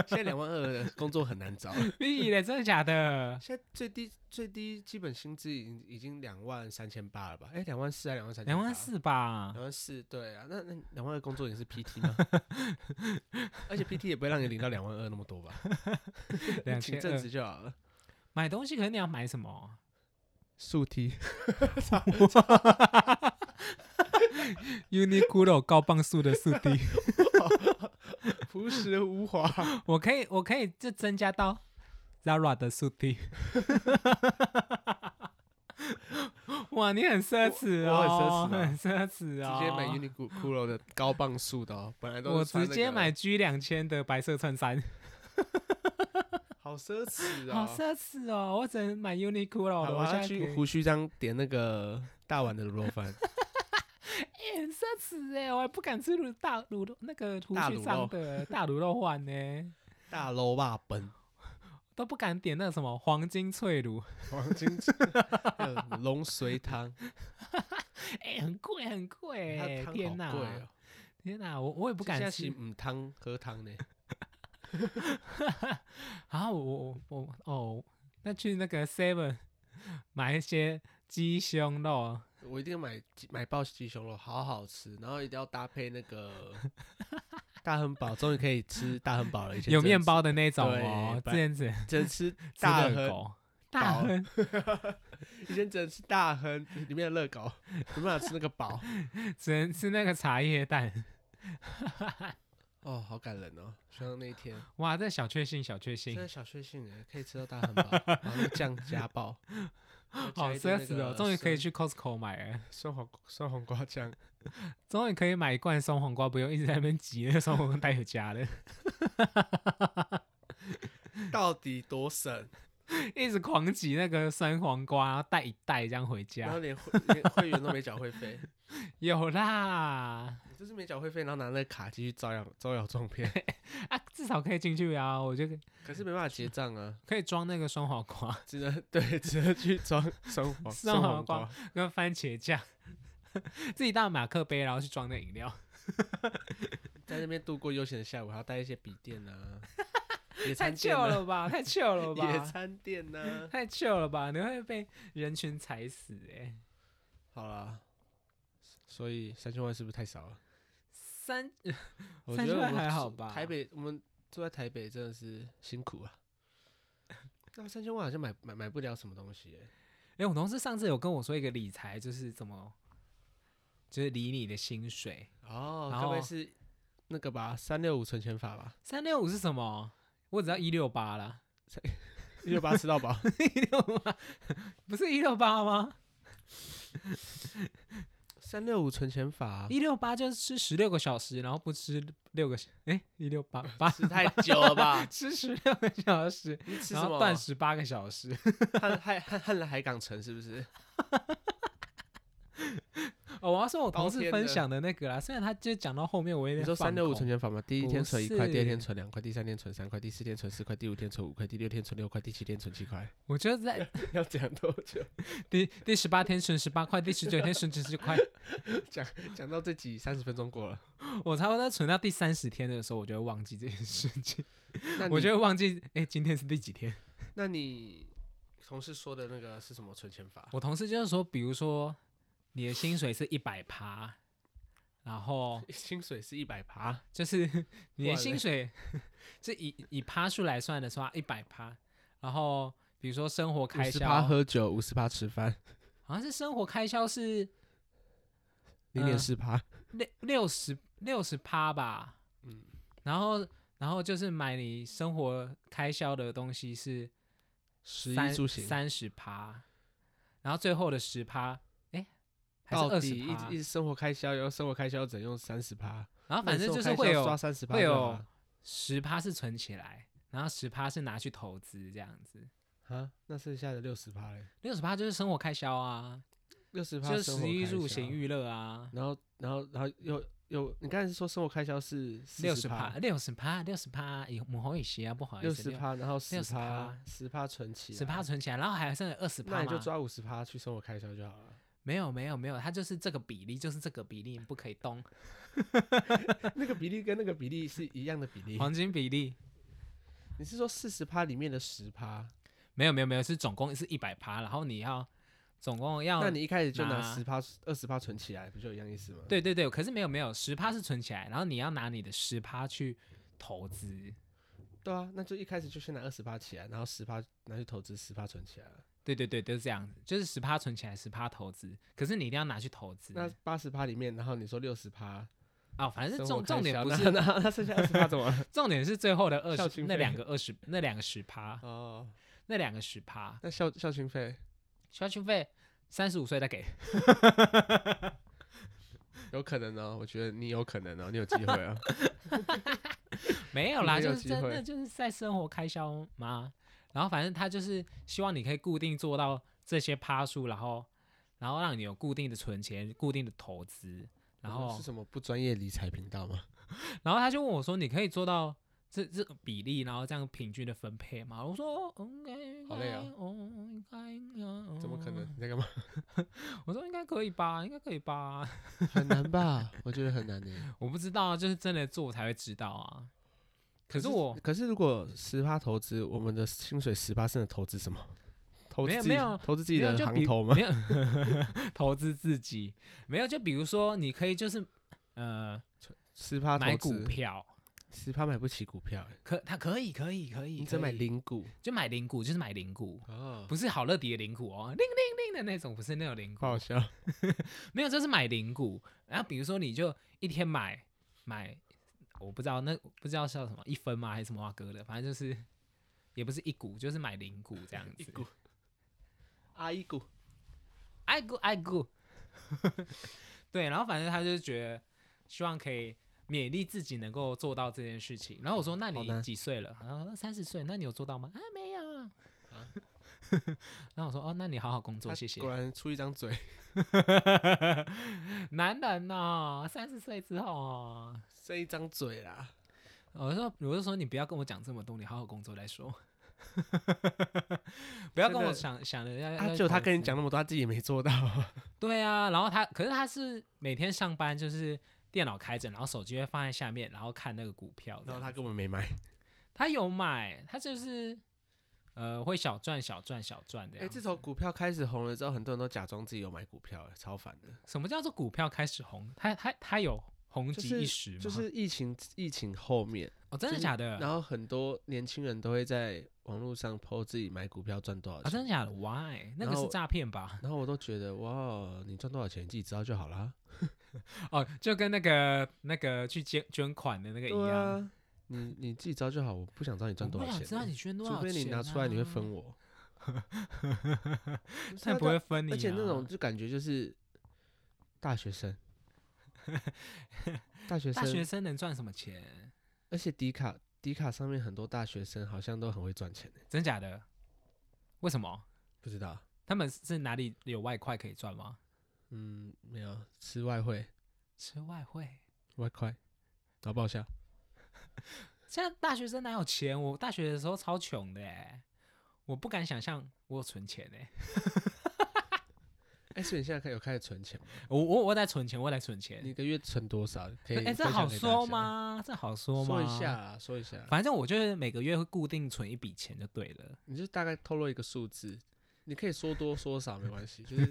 [SPEAKER 2] 现在两万二的工作很难找。
[SPEAKER 1] 屁嘞，真的假的？
[SPEAKER 2] 现在最低最低基本薪资已经已经两万三千八了吧？哎、两万四还两万三？
[SPEAKER 1] 两万。四吧
[SPEAKER 2] 两？万四，对啊，那那两万二工作也是 PT 吗？而且 PT 也不会让你领到两万二那么多吧？
[SPEAKER 1] 两
[SPEAKER 2] 请
[SPEAKER 1] 千
[SPEAKER 2] 正
[SPEAKER 1] 二。
[SPEAKER 2] 职就好了。
[SPEAKER 1] 买东西可能你要买 什么？
[SPEAKER 2] 速梯，
[SPEAKER 1] Uniqlo 高磅数的速 递，
[SPEAKER 2] 朴实无 华。
[SPEAKER 1] 我可以，我可以就增加到 Zara 的 速递。哇，你很奢侈
[SPEAKER 2] 我
[SPEAKER 1] 哦，
[SPEAKER 2] 我很啊
[SPEAKER 1] 很奢侈哦，
[SPEAKER 2] 直接买 Uniqlo Uniqlo 的高磅数的、哦，本来都是
[SPEAKER 1] 我
[SPEAKER 2] 穿那
[SPEAKER 1] 直
[SPEAKER 2] 个
[SPEAKER 1] 接买 G 两千的白色衬衫，
[SPEAKER 2] 好奢侈
[SPEAKER 1] 好
[SPEAKER 2] 啊、
[SPEAKER 1] 奢侈哦！我只能买 Uniqlo
[SPEAKER 2] 好
[SPEAKER 1] 了，
[SPEAKER 2] 我
[SPEAKER 1] 我现
[SPEAKER 2] 要
[SPEAKER 1] 在
[SPEAKER 2] 去
[SPEAKER 1] 可以
[SPEAKER 2] 胡须章点那个大碗的卤肉 饭，
[SPEAKER 1] 欸很奢侈哎，我还不敢吃卤大卤肉那个胡
[SPEAKER 2] 大
[SPEAKER 1] 须
[SPEAKER 2] 卤肉
[SPEAKER 1] 上的大卤肉饭呢、
[SPEAKER 2] 大肉霸 本，
[SPEAKER 1] 都不敢点那个什么黄金脆卤，
[SPEAKER 2] 黄金还有龙髓汤，
[SPEAKER 1] 哎、很贵很贵、
[SPEAKER 2] 它
[SPEAKER 1] 欸，
[SPEAKER 2] 汤
[SPEAKER 1] 天
[SPEAKER 2] 好贵
[SPEAKER 1] 哪
[SPEAKER 2] 哦，
[SPEAKER 1] 天哪，我我也
[SPEAKER 2] 不
[SPEAKER 1] 不
[SPEAKER 2] 现
[SPEAKER 1] 敢
[SPEAKER 2] 在是
[SPEAKER 1] 吃，
[SPEAKER 2] 母汤喝汤呢，
[SPEAKER 1] 啊，我我我哦，那去那个 Seven 买一些鸡胸肉，
[SPEAKER 2] 我一定买鸡买爆鸡胸肉，好好吃，然后一定要搭配那 个大亨堡，终于可以吃大亨堡了。以前
[SPEAKER 1] 有
[SPEAKER 2] 真的
[SPEAKER 1] 面
[SPEAKER 2] 吃
[SPEAKER 1] 包，的那种哦，
[SPEAKER 2] 对
[SPEAKER 1] 这样子
[SPEAKER 2] 只能吃
[SPEAKER 1] 吃
[SPEAKER 2] 大
[SPEAKER 1] 热
[SPEAKER 2] 亨，
[SPEAKER 1] 狗，大
[SPEAKER 2] 堡
[SPEAKER 1] 亨
[SPEAKER 2] 以前只能吃大亨里面的热狗，没办法吃那个堡。
[SPEAKER 1] 只能吃那个茶叶蛋。
[SPEAKER 2] 哦，好感人哦！希望那一天，
[SPEAKER 1] 哇，这小确幸，小确
[SPEAKER 2] 现在
[SPEAKER 1] 幸，
[SPEAKER 2] 小确幸哎，可以吃到大汉堡，然后那个酱加爆，
[SPEAKER 1] 好奢侈哦！终于可以去 Costco 买了，
[SPEAKER 2] 酸黄酸黄瓜酱，
[SPEAKER 1] 终于可以买一罐松黄瓜，不用一直在那边挤那个松黄瓜带回家了，
[SPEAKER 2] 到底多 省？
[SPEAKER 1] 一直狂挤那个酸黄瓜，然后带一袋这样回
[SPEAKER 2] 然后
[SPEAKER 1] 家。
[SPEAKER 2] 连会连会员都没缴会费，
[SPEAKER 1] 有啦，
[SPEAKER 2] 你就是没缴会费，然后拿那个卡继续招摇招摇撞 骗，
[SPEAKER 1] 啊，至少可以进去啊，我就
[SPEAKER 2] 可是没办法结账啊，
[SPEAKER 1] 可以装那个酸黄瓜
[SPEAKER 2] 只能 对只能去 装酸黄
[SPEAKER 1] 酸
[SPEAKER 2] 酸
[SPEAKER 1] 黄
[SPEAKER 2] 黄
[SPEAKER 1] 瓜
[SPEAKER 2] 瓜，
[SPEAKER 1] 跟番茄酱， 自己带马克杯，然后去装那饮料。
[SPEAKER 2] 在那边度过悠闲的下午，还要带一些笔电 啊，野
[SPEAKER 1] 太
[SPEAKER 2] 餐
[SPEAKER 1] 糗
[SPEAKER 2] 店啊，
[SPEAKER 1] 了吧，太糗了
[SPEAKER 2] 野
[SPEAKER 1] 吧，
[SPEAKER 2] 餐啊店呢？
[SPEAKER 1] 太糗了吧，你会被人群踩死哎、
[SPEAKER 2] 好啦，所以三千万是不是太少了？
[SPEAKER 1] 三
[SPEAKER 2] 我
[SPEAKER 1] 三
[SPEAKER 2] 觉
[SPEAKER 1] 千
[SPEAKER 2] 得
[SPEAKER 1] 万
[SPEAKER 2] 我们
[SPEAKER 1] 还好
[SPEAKER 2] 住
[SPEAKER 1] 吧
[SPEAKER 2] 台北我们住在台北真的是辛苦 啊。那三千万好像买买买不了什么东西耶、
[SPEAKER 1] 哎、我同事上次有跟我说一个理财，就是怎么，就是理你的薪水。
[SPEAKER 2] 哦，
[SPEAKER 1] 然
[SPEAKER 2] 该不会
[SPEAKER 1] 后
[SPEAKER 2] 是那个吧？三六五存钱法吧？
[SPEAKER 1] 三六五是什么？我只要一六八 啦，
[SPEAKER 2] 一六八吃到 饱。
[SPEAKER 1] 一六八不是一六八吗？
[SPEAKER 2] 三六五存钱法啊、
[SPEAKER 1] 一六八就是吃十六个小时，然后不吃六个小，哎、一六 八八？
[SPEAKER 2] 吃太久了吧
[SPEAKER 1] 吃十六个小时，
[SPEAKER 2] 你吃
[SPEAKER 1] 然
[SPEAKER 2] 什
[SPEAKER 1] 后
[SPEAKER 2] 么？
[SPEAKER 1] 断食八个小 时。
[SPEAKER 2] 汉汉汉汉来海港城是不是？
[SPEAKER 1] 哦，我要说我同
[SPEAKER 2] 包
[SPEAKER 1] 事
[SPEAKER 2] 天
[SPEAKER 1] 分
[SPEAKER 2] 的
[SPEAKER 1] 享的那个啦，虽然他就讲到后面我有
[SPEAKER 2] 你
[SPEAKER 1] 点
[SPEAKER 2] 说
[SPEAKER 1] 放
[SPEAKER 2] 三六五
[SPEAKER 1] 空
[SPEAKER 2] 存钱法吗？第一天
[SPEAKER 1] 不
[SPEAKER 2] 存一块，第二天
[SPEAKER 1] 是
[SPEAKER 2] 存两块，第三天存三块，第四天存四块，第五天存五块，第六天存六块，第七天存七块。
[SPEAKER 1] 我觉得在
[SPEAKER 2] 要讲多久？
[SPEAKER 1] 第第十八天存十八块，第十九天存十 九块，
[SPEAKER 2] 讲讲到这集三十分钟过了。
[SPEAKER 1] 我差不多存到第三十天的时候，我就会忘记这件事情，
[SPEAKER 2] 那
[SPEAKER 1] 我
[SPEAKER 2] 你
[SPEAKER 1] 就会忘记哎、今天是第几天？
[SPEAKER 2] 那你同事说的那个是什么存钱法？
[SPEAKER 1] 我同事就是说，比如说你的薪水是一百趴，然后
[SPEAKER 2] 薪水是一百趴，
[SPEAKER 1] 就是 你的
[SPEAKER 2] 然嘞
[SPEAKER 1] 薪水，这以以趴数来算的话，一百趴，然后比如说生活
[SPEAKER 2] 五
[SPEAKER 1] 开
[SPEAKER 2] 十
[SPEAKER 1] 销，
[SPEAKER 2] 趴喝酒，五十趴吃饭，
[SPEAKER 1] 好像是生活开销是
[SPEAKER 2] 零
[SPEAKER 1] 嗯
[SPEAKER 2] 点四趴。
[SPEAKER 1] 六六十六十趴吧，
[SPEAKER 2] 嗯
[SPEAKER 1] 然后然后就是买你生活开销的东西是
[SPEAKER 2] 食衣
[SPEAKER 1] 三
[SPEAKER 2] 住行
[SPEAKER 1] 三十趴，然后最后的十趴，哎，还是
[SPEAKER 2] 到
[SPEAKER 1] 二
[SPEAKER 2] 底
[SPEAKER 1] 十
[SPEAKER 2] 一
[SPEAKER 1] 趴
[SPEAKER 2] 直一，直生活开销，然后生活开销只能用三十趴，
[SPEAKER 1] 然后反正就是
[SPEAKER 2] 刷
[SPEAKER 1] 会有
[SPEAKER 2] 三十趴
[SPEAKER 1] 会
[SPEAKER 2] 就
[SPEAKER 1] 有
[SPEAKER 2] 好了
[SPEAKER 1] 十趴是存起来，然后十趴是拿去投资这样子，
[SPEAKER 2] 啊，那剩下的六十趴嘞，
[SPEAKER 1] 六十趴就是生活开销啊，
[SPEAKER 2] 六十趴
[SPEAKER 1] 就是食衣住行，娱乐啊，
[SPEAKER 2] 然后然后然后又又，你刚才是说生活开销是
[SPEAKER 1] 六
[SPEAKER 2] 十
[SPEAKER 1] 十趴，哦六十趴六十趴，有母后一些啊，不好意
[SPEAKER 2] 六
[SPEAKER 1] 思，
[SPEAKER 2] 十趴，然后十
[SPEAKER 1] 60%
[SPEAKER 2] 趴十趴存起来，
[SPEAKER 1] 十趴存起来，然后还剩二十
[SPEAKER 2] 那
[SPEAKER 1] 趴
[SPEAKER 2] 你就
[SPEAKER 1] 嘛。
[SPEAKER 2] 抓五十趴去生活开销就好了。
[SPEAKER 1] 没有没有没有，它就是这个比例，就是这个比例，你不可以动。
[SPEAKER 2] 那个比例跟那个比例是一样的比例。
[SPEAKER 1] 黄金比例
[SPEAKER 2] 你是说四十趴里面的十趴？
[SPEAKER 1] 没有没有没有，是总共是一百趴，然后你要总共要
[SPEAKER 2] 那你一开始就拿
[SPEAKER 1] 哦拿
[SPEAKER 2] 十趴、二十趴存起来，不就一样意思吗？
[SPEAKER 1] 对对对，可是没有没有，十趴是存起来，然后你要拿你的十趴去投资。
[SPEAKER 2] 对啊，那就一开始就先拿二十趴起来，然后十趴拿去投资，十趴存起来了。
[SPEAKER 1] 对对对，都是这样子，就是十趴存起来，十趴投资。可是你一定要拿去投资。
[SPEAKER 2] 那八十趴里面，然后你说六十趴，
[SPEAKER 1] 啊、反正
[SPEAKER 2] 生活
[SPEAKER 1] 重重
[SPEAKER 2] 开
[SPEAKER 1] 点
[SPEAKER 2] 销
[SPEAKER 1] 不
[SPEAKER 2] 那
[SPEAKER 1] 是
[SPEAKER 2] 那那剩下二十趴怎么了？
[SPEAKER 1] 重点是最后的二
[SPEAKER 2] 孝
[SPEAKER 1] 十
[SPEAKER 2] 心
[SPEAKER 1] 那
[SPEAKER 2] 费
[SPEAKER 1] 两个二十那两个十趴
[SPEAKER 2] 哦，
[SPEAKER 1] 那两个十趴，
[SPEAKER 2] 那校校训费
[SPEAKER 1] 消训费三十五岁再给。
[SPEAKER 2] 有可能哦，我觉得你有可能哦，你有机会 啊。
[SPEAKER 1] 没有啦，
[SPEAKER 2] 没有
[SPEAKER 1] 就是
[SPEAKER 2] 机
[SPEAKER 1] 真
[SPEAKER 2] 会
[SPEAKER 1] 的就是在生活开销嘛。然后反正他就是希望你可以固定做到这些趴数，然后然后让你有固定的存钱、固定的投资。然
[SPEAKER 2] 我们
[SPEAKER 1] 后
[SPEAKER 2] 是什么不专业理财频道吗？
[SPEAKER 1] 然后他就问我说：“你可以做到这这个比例，然后这样平均的分配吗？”我说：“哦，应该应
[SPEAKER 2] 好累
[SPEAKER 1] 该
[SPEAKER 2] 啊
[SPEAKER 1] 哦，应该嗯
[SPEAKER 2] 怎么可能？
[SPEAKER 1] 嗯
[SPEAKER 2] 你在干嘛？
[SPEAKER 1] 我说：“应该可以吧，应该可以吧。
[SPEAKER 2] 很难吧？我觉得很难呢。”
[SPEAKER 1] 我不知道啊，就是真的做才会知道啊。可是我
[SPEAKER 2] 可是如果十趴投资，我们的薪水十趴是能投资什么？投资
[SPEAKER 1] 没有
[SPEAKER 2] 自己
[SPEAKER 1] 没有
[SPEAKER 2] 投资自己
[SPEAKER 1] 没有
[SPEAKER 2] 的
[SPEAKER 1] 就
[SPEAKER 2] 行
[SPEAKER 1] 比
[SPEAKER 2] 头吗
[SPEAKER 1] 没？有投资自己，没有就比如说你可以就是呃
[SPEAKER 2] 十趴
[SPEAKER 1] 买
[SPEAKER 2] 投
[SPEAKER 1] 股
[SPEAKER 2] 资，
[SPEAKER 1] 票，
[SPEAKER 2] 十趴买不起股票、欸，
[SPEAKER 1] 可他可以可以可以，
[SPEAKER 2] 你只
[SPEAKER 1] 可
[SPEAKER 2] 买
[SPEAKER 1] 以
[SPEAKER 2] 零股
[SPEAKER 1] 就买零股，就是买零股，
[SPEAKER 2] 哦，
[SPEAKER 1] 不是好乐迪的零股哦，零零零的那种，不是那种零
[SPEAKER 2] 不
[SPEAKER 1] 股，
[SPEAKER 2] 好笑。
[SPEAKER 1] 没有，就是买零股。然后比如说你就一天买买，我不知道那不知道是叫什么一分吗还是什么蛙啊哥的，反正就是也不是一股，就是买零股 这样子。
[SPEAKER 2] 股阿姨股，
[SPEAKER 1] 爱股爱股， 对，然后反正他就觉得希望可以勉励自己能够做到这件事情。然后我说：“那
[SPEAKER 2] 好
[SPEAKER 1] 你
[SPEAKER 2] 难
[SPEAKER 1] 几岁了？”然后说：“三十岁。”那你有做到吗？啊，没有。 然后我说：“哦，那你好好工作，
[SPEAKER 2] 他
[SPEAKER 1] 谢谢。
[SPEAKER 2] 果然出一张嘴，”
[SPEAKER 1] 男人哦，三十岁之后哦，
[SPEAKER 2] 剩一张嘴啦。
[SPEAKER 1] 我说，我就说你不要跟我讲这么多，你好好工作再说。 不要跟
[SPEAKER 2] 真
[SPEAKER 1] 我
[SPEAKER 2] 的
[SPEAKER 1] 想想的要，要
[SPEAKER 2] 啊，就他
[SPEAKER 1] 投
[SPEAKER 2] 跟你
[SPEAKER 1] 资
[SPEAKER 2] 讲那么多，他自己也没 做到。
[SPEAKER 1] 对啊，然后他可是他是每天上班就是电脑开着，然后手机会放在下面，然后看那个股票这
[SPEAKER 2] 然
[SPEAKER 1] 样。
[SPEAKER 2] 后他根本没买。
[SPEAKER 1] 他有买，他就是呃会小赚小赚小赚的
[SPEAKER 2] 哎、
[SPEAKER 1] 样子。啊
[SPEAKER 2] 自从股票开始红了之后，很多人都假装自己有买股票、哎，超烦的。
[SPEAKER 1] 什么叫做股票开始红？他他他有红
[SPEAKER 2] 就
[SPEAKER 1] 极
[SPEAKER 2] 是
[SPEAKER 1] 一时吗？
[SPEAKER 2] 就是疫情疫情后面，
[SPEAKER 1] 哦，真
[SPEAKER 2] 就
[SPEAKER 1] 的
[SPEAKER 2] 是
[SPEAKER 1] 假的？
[SPEAKER 2] 然后很多年轻人都会在网络上 PO 自己买股票赚多少
[SPEAKER 1] 啊，
[SPEAKER 2] 钱。
[SPEAKER 1] 真的假的？Why？那
[SPEAKER 2] 然
[SPEAKER 1] 个是
[SPEAKER 2] 后
[SPEAKER 1] 诈骗吧？
[SPEAKER 2] 然后我都觉得哇，哦你赚多少钱你自己知道就好啦。
[SPEAKER 1] 哦，就跟那个那个去捐捐款的那个一
[SPEAKER 2] 对
[SPEAKER 1] 样。
[SPEAKER 2] 啊，你你自己知道就好，我不想知道你赚
[SPEAKER 1] 我
[SPEAKER 2] 多
[SPEAKER 1] 不
[SPEAKER 2] 少
[SPEAKER 1] 想
[SPEAKER 2] 钱
[SPEAKER 1] 知道
[SPEAKER 2] 欸，
[SPEAKER 1] 你捐多少
[SPEAKER 2] 除
[SPEAKER 1] 钱、
[SPEAKER 2] 非
[SPEAKER 1] 啊，
[SPEAKER 2] 你拿出来你会分，我。不是
[SPEAKER 1] 他
[SPEAKER 2] 啊
[SPEAKER 1] 也不会
[SPEAKER 2] 但
[SPEAKER 1] 分你、啊。
[SPEAKER 2] 而且那种就感觉就是大学 生，大学
[SPEAKER 1] 大
[SPEAKER 2] 生，
[SPEAKER 1] 学生能赚什么钱？
[SPEAKER 2] 而且迪卡迪卡上面很多大学生好像都很会赚钱欸
[SPEAKER 1] 真假的？为什么？
[SPEAKER 2] 不知道，
[SPEAKER 1] 他们是哪里有外快可以赚吗？
[SPEAKER 2] 嗯，没有吃外汇，
[SPEAKER 1] 吃外汇？
[SPEAKER 2] 外快，搞不好笑。
[SPEAKER 1] 现在大学生哪有钱？我大学的时候超穷的、欸，我不敢想象我有存钱
[SPEAKER 2] 哎、
[SPEAKER 1] 哎、
[SPEAKER 2] 所以你现在开有开始存钱吗？
[SPEAKER 1] 我我我在存钱，我在存钱
[SPEAKER 2] 你。一个月存多少？可以
[SPEAKER 1] 哎、这
[SPEAKER 2] 分享
[SPEAKER 1] 好
[SPEAKER 2] 给大
[SPEAKER 1] 说
[SPEAKER 2] 家？
[SPEAKER 1] 吗？这好说吗？
[SPEAKER 2] 说一下，啦，说一下啦。啊
[SPEAKER 1] 反正我就是每个月会固定存一笔钱就对了。
[SPEAKER 2] 你就大概透露一个数字，你可以说多说少没关系，就是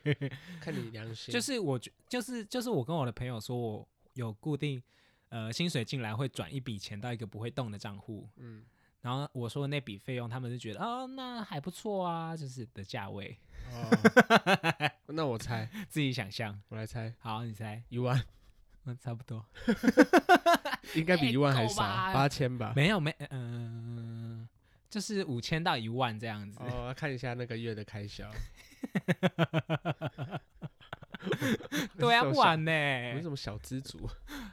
[SPEAKER 2] 看你良心。
[SPEAKER 1] 就是我觉，就是就是我跟我的朋友说，我有固定，呃，薪水进来会转一笔钱到一个不会动的账户，
[SPEAKER 2] 嗯，
[SPEAKER 1] 然后我说的那笔费用，他们就觉得哦，那还不错啊，就是的价位，
[SPEAKER 2] 哦，那我猜，
[SPEAKER 1] 自己想象。
[SPEAKER 2] 我来猜
[SPEAKER 1] 好，你猜，
[SPEAKER 2] 一万，
[SPEAKER 1] 嗯，差不多，
[SPEAKER 2] 应该比一万还
[SPEAKER 1] 哎够
[SPEAKER 2] 少，
[SPEAKER 1] 吧
[SPEAKER 2] 八千吧。
[SPEAKER 1] 没有没，嗯、就是五千到一万这样子。
[SPEAKER 2] 哦，看一下那个月的开 销。我是
[SPEAKER 1] 对啊，不然
[SPEAKER 2] 我们
[SPEAKER 1] 呢？
[SPEAKER 2] 什么小资族？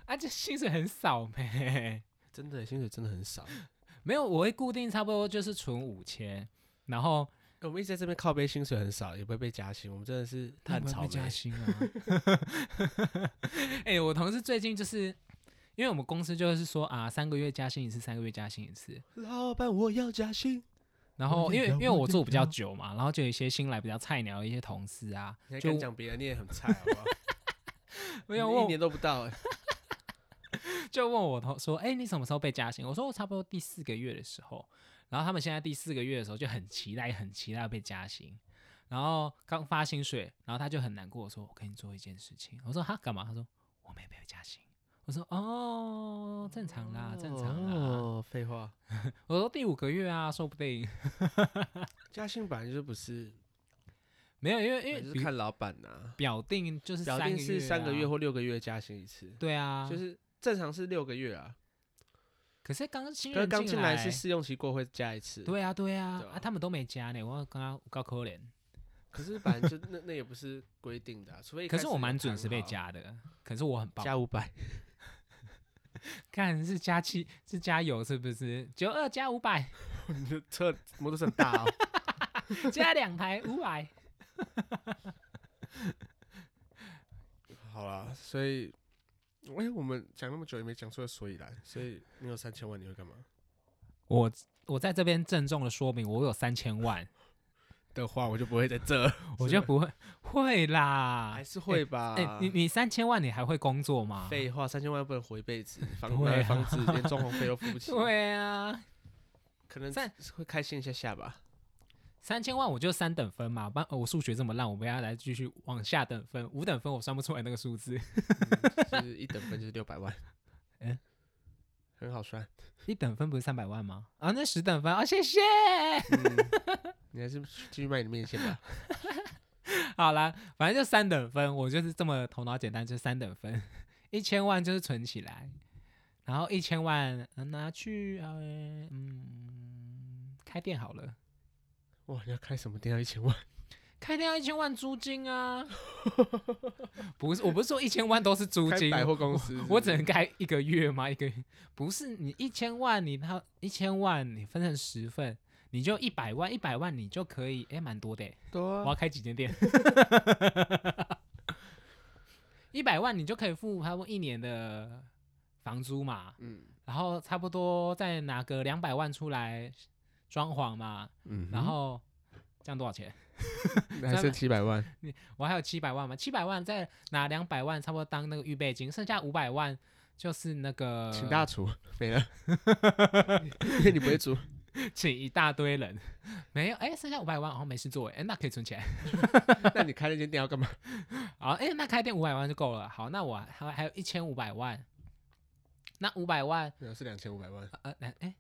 [SPEAKER 1] 啊，这薪水很少呗。
[SPEAKER 2] 真的薪水真的很少。哎
[SPEAKER 1] 没有，我会固定差不多就是存五千，然后
[SPEAKER 2] 我们一直在这边靠背薪水很少，也不会被加薪。我们真的是
[SPEAKER 1] 他
[SPEAKER 2] 很
[SPEAKER 1] 们
[SPEAKER 2] 草
[SPEAKER 1] 会
[SPEAKER 2] 莓。
[SPEAKER 1] 加薪啊！
[SPEAKER 2] 啊
[SPEAKER 1] 哎、我同事最近就是，因为我们公司就是说啊，三个月加薪一次，三个月加薪一次。
[SPEAKER 2] 老板，我要加薪。
[SPEAKER 1] 然
[SPEAKER 2] 我
[SPEAKER 1] 后
[SPEAKER 2] 哦也
[SPEAKER 1] 因为
[SPEAKER 2] 要
[SPEAKER 1] 因为
[SPEAKER 2] 我
[SPEAKER 1] 我
[SPEAKER 2] 也
[SPEAKER 1] 做比较
[SPEAKER 2] 要
[SPEAKER 1] 久嘛，然后就有一些新来比较菜鸟的一些同事啊
[SPEAKER 2] 你还，
[SPEAKER 1] 就
[SPEAKER 2] 敢讲别人，你也很菜，好不 好？
[SPEAKER 1] 没有
[SPEAKER 2] 你一
[SPEAKER 1] 问
[SPEAKER 2] 年都不到哎、
[SPEAKER 1] 就问我同说，哎、你什么时候被加薪？我说我差不多第四个月的时候。然后他们现在第四个月的时候就很期待，很期待被加薪。然后刚发薪水，然后他就很难过，我说我跟你做一件事情。我说哈干嘛？他说我没有被加薪。我说哦，正常啦，正常啦。
[SPEAKER 2] 哦，废话，
[SPEAKER 1] 我说第五个月啊，说不定
[SPEAKER 2] 加薪本来就不是，
[SPEAKER 1] 没有，因为因
[SPEAKER 2] 因
[SPEAKER 1] 为
[SPEAKER 2] 为就
[SPEAKER 1] 比
[SPEAKER 2] 是看老板呐、
[SPEAKER 1] 表定就是
[SPEAKER 2] 表定是三个月
[SPEAKER 1] 啊
[SPEAKER 2] 或六个月加薪一次，
[SPEAKER 1] 对啊，
[SPEAKER 2] 就是正常是六个月啊，
[SPEAKER 1] 可是刚新
[SPEAKER 2] 可是
[SPEAKER 1] 人
[SPEAKER 2] 刚进
[SPEAKER 1] 进
[SPEAKER 2] 来是试用期过会加一次，，
[SPEAKER 1] 对啊，对啊，
[SPEAKER 2] 对
[SPEAKER 1] 啊
[SPEAKER 2] 啊
[SPEAKER 1] 他们都没加呢，我刚刚高可怜。
[SPEAKER 2] 可是本来就那那也不是规定的啊、除非一开
[SPEAKER 1] 可是
[SPEAKER 2] 始
[SPEAKER 1] 我
[SPEAKER 2] 有
[SPEAKER 1] 蛮准
[SPEAKER 2] 谈
[SPEAKER 1] 时被
[SPEAKER 2] 好
[SPEAKER 1] 加的，可是我很 棒。
[SPEAKER 2] 加五百，
[SPEAKER 1] 看是加七是加油是不是？九二加五百，
[SPEAKER 2] 你的 车摩托车很大哦，
[SPEAKER 1] 加两台五 百。
[SPEAKER 2] 好啦，所以。哎、我们讲那么久也没讲出个所以然，所以你有三千万你会干嘛？
[SPEAKER 1] 我我在这边郑重的说明，我有三千万，
[SPEAKER 2] 的话，我就不会在这。
[SPEAKER 1] 我
[SPEAKER 2] 是
[SPEAKER 1] 就
[SPEAKER 2] 吗
[SPEAKER 1] 不会，会啦
[SPEAKER 2] 还。是会吧。
[SPEAKER 1] 哎、你你三千万，你还会工作吗？
[SPEAKER 2] 废话，三千万不能活一辈子，房
[SPEAKER 1] 对
[SPEAKER 2] 呃
[SPEAKER 1] 啊
[SPEAKER 2] 房子连装潢费都付不 起，
[SPEAKER 1] 对啊，
[SPEAKER 2] 可能
[SPEAKER 1] 三
[SPEAKER 2] 会开心一下下 吧。
[SPEAKER 1] 三千万我就三等分嘛，不然呃我数学这么烂，我们要来继续往下等分，五等分我算不出来那个数字，
[SPEAKER 2] 就是一等分就是六百万，
[SPEAKER 1] 哎
[SPEAKER 2] 很好 算。
[SPEAKER 1] 一等分不是三百万吗？啊，那十等分啊，谢谢。
[SPEAKER 2] 嗯，你还是继续卖你的面线吧。
[SPEAKER 1] 好啦，反正就三等分，我就是这么头脑简单，就三等分，一千万就是存起来，然后一千万呃拿去呃嗯开店好了，
[SPEAKER 2] 哇，你要开什么店要一千万？
[SPEAKER 1] 开店要一千万租 金啊，不是我不是说一千万都是租
[SPEAKER 2] 开
[SPEAKER 1] 金，
[SPEAKER 2] 百货公司是不是
[SPEAKER 1] 我只能开一个月吗？一个月不是你一千万，你他一千万你分成十份，你就一百万，一百万你就可以，哎，蛮多的诶。
[SPEAKER 2] 多
[SPEAKER 1] 我要开几 间店？一百万你就可以付差不多一年的房租嘛，
[SPEAKER 2] 嗯
[SPEAKER 1] 然后差不多再拿个两百万出来装潢嘛，
[SPEAKER 2] 嗯
[SPEAKER 1] 然后这样多少钱？
[SPEAKER 2] 还剩七百万，
[SPEAKER 1] 我还有七百万嘛，七百万再拿两百万，差不多当那个预备金，剩下五百万就是那个
[SPEAKER 2] 请大厨没了，呃 因为你不会煮。
[SPEAKER 1] 请一大堆人， 没有哎、剩下五百万，然、后没事做哎、那可以存起来。
[SPEAKER 2] 那你开那间店要干嘛？
[SPEAKER 1] 好，哎、那开店五百万就够了。好，那我还还有一千五百万，那五百万
[SPEAKER 2] 没有，是两千五百万，
[SPEAKER 1] 呃呃哎、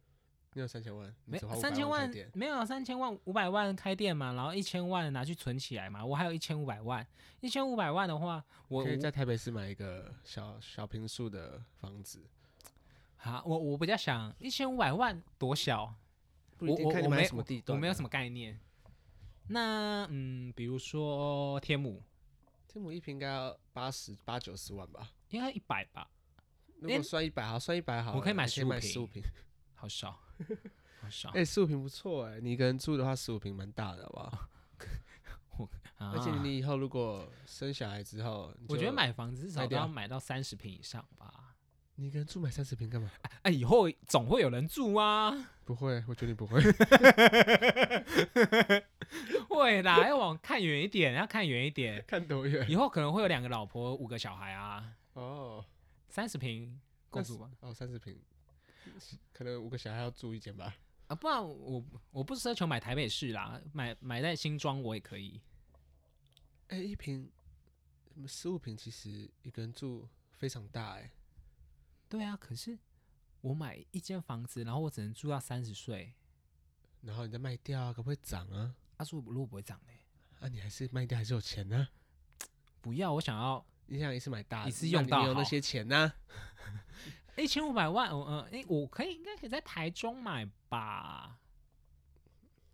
[SPEAKER 2] 你有三千万，你
[SPEAKER 1] 没
[SPEAKER 2] 只花
[SPEAKER 1] 三千
[SPEAKER 2] 500万
[SPEAKER 1] 万
[SPEAKER 2] 开店。
[SPEAKER 1] 没有啊三千万五百万开店嘛，然后一千万拿去存起来嘛，我还有一千五百万，一千五百万的话，我
[SPEAKER 2] 可以
[SPEAKER 1] 我
[SPEAKER 2] 在台北市买一个小小平数的房子，
[SPEAKER 1] 好，我我比较想一千五百万多小，
[SPEAKER 2] 不一定
[SPEAKER 1] 我
[SPEAKER 2] 看你
[SPEAKER 1] 我
[SPEAKER 2] 买
[SPEAKER 1] 没
[SPEAKER 2] 什么地
[SPEAKER 1] 我
[SPEAKER 2] 段啊。
[SPEAKER 1] 没有什么概念。那嗯，比如说天母
[SPEAKER 2] 天母一平应该要八十八九十万吧？
[SPEAKER 1] 应该一百吧，
[SPEAKER 2] 如果算一百好，算一百好了，
[SPEAKER 1] 我可以买
[SPEAKER 2] 你
[SPEAKER 1] 15
[SPEAKER 2] 买
[SPEAKER 1] 平
[SPEAKER 2] 十五平。
[SPEAKER 1] 好 少，好少。
[SPEAKER 2] 哎，十五平不错哎，你一个人住的话，十五平蛮大的，好不好？
[SPEAKER 1] 啊
[SPEAKER 2] 而且你以后如果生小孩之后，你
[SPEAKER 1] 我觉得
[SPEAKER 2] 就
[SPEAKER 1] 买房子至少
[SPEAKER 2] 卖
[SPEAKER 1] 都要
[SPEAKER 2] 掉
[SPEAKER 1] 买到三十平以上吧。
[SPEAKER 2] 你一个人住买三十平 干嘛？
[SPEAKER 1] 哎，以后总会有人住啊，
[SPEAKER 2] 不会，我觉得你不会。
[SPEAKER 1] 会啦，要往看远一点，要 看远一点。
[SPEAKER 2] 看多 远？
[SPEAKER 1] 以后可能会有两个老婆，五个小孩啊，
[SPEAKER 2] 哦，
[SPEAKER 1] 三十平够
[SPEAKER 2] 那
[SPEAKER 1] 住
[SPEAKER 2] 是
[SPEAKER 1] 吧？
[SPEAKER 2] 哦，三十平，可能五个小孩要住一间吧。
[SPEAKER 1] 啊，不然我我不奢求买台北市啦，买买在新庄我也可以。
[SPEAKER 2] 哎、一平十五平，其实一个人住非常大哎、
[SPEAKER 1] 对啊，可是我买一间房子，然后我只能住到三十岁，
[SPEAKER 2] 然后你再卖掉啊，可不可以涨啊？
[SPEAKER 1] 他说如果不会涨呢、
[SPEAKER 2] 啊，你还是卖掉还是有钱呢、
[SPEAKER 1] 不要，我想要
[SPEAKER 2] 你想一次买大的，
[SPEAKER 1] 一次
[SPEAKER 2] 那
[SPEAKER 1] 用
[SPEAKER 2] 你
[SPEAKER 1] 到
[SPEAKER 2] 没有那
[SPEAKER 1] 好
[SPEAKER 2] 些钱呢、
[SPEAKER 1] 一千五百万，嗯嗯，诶，我可以应该可以在台中买吧。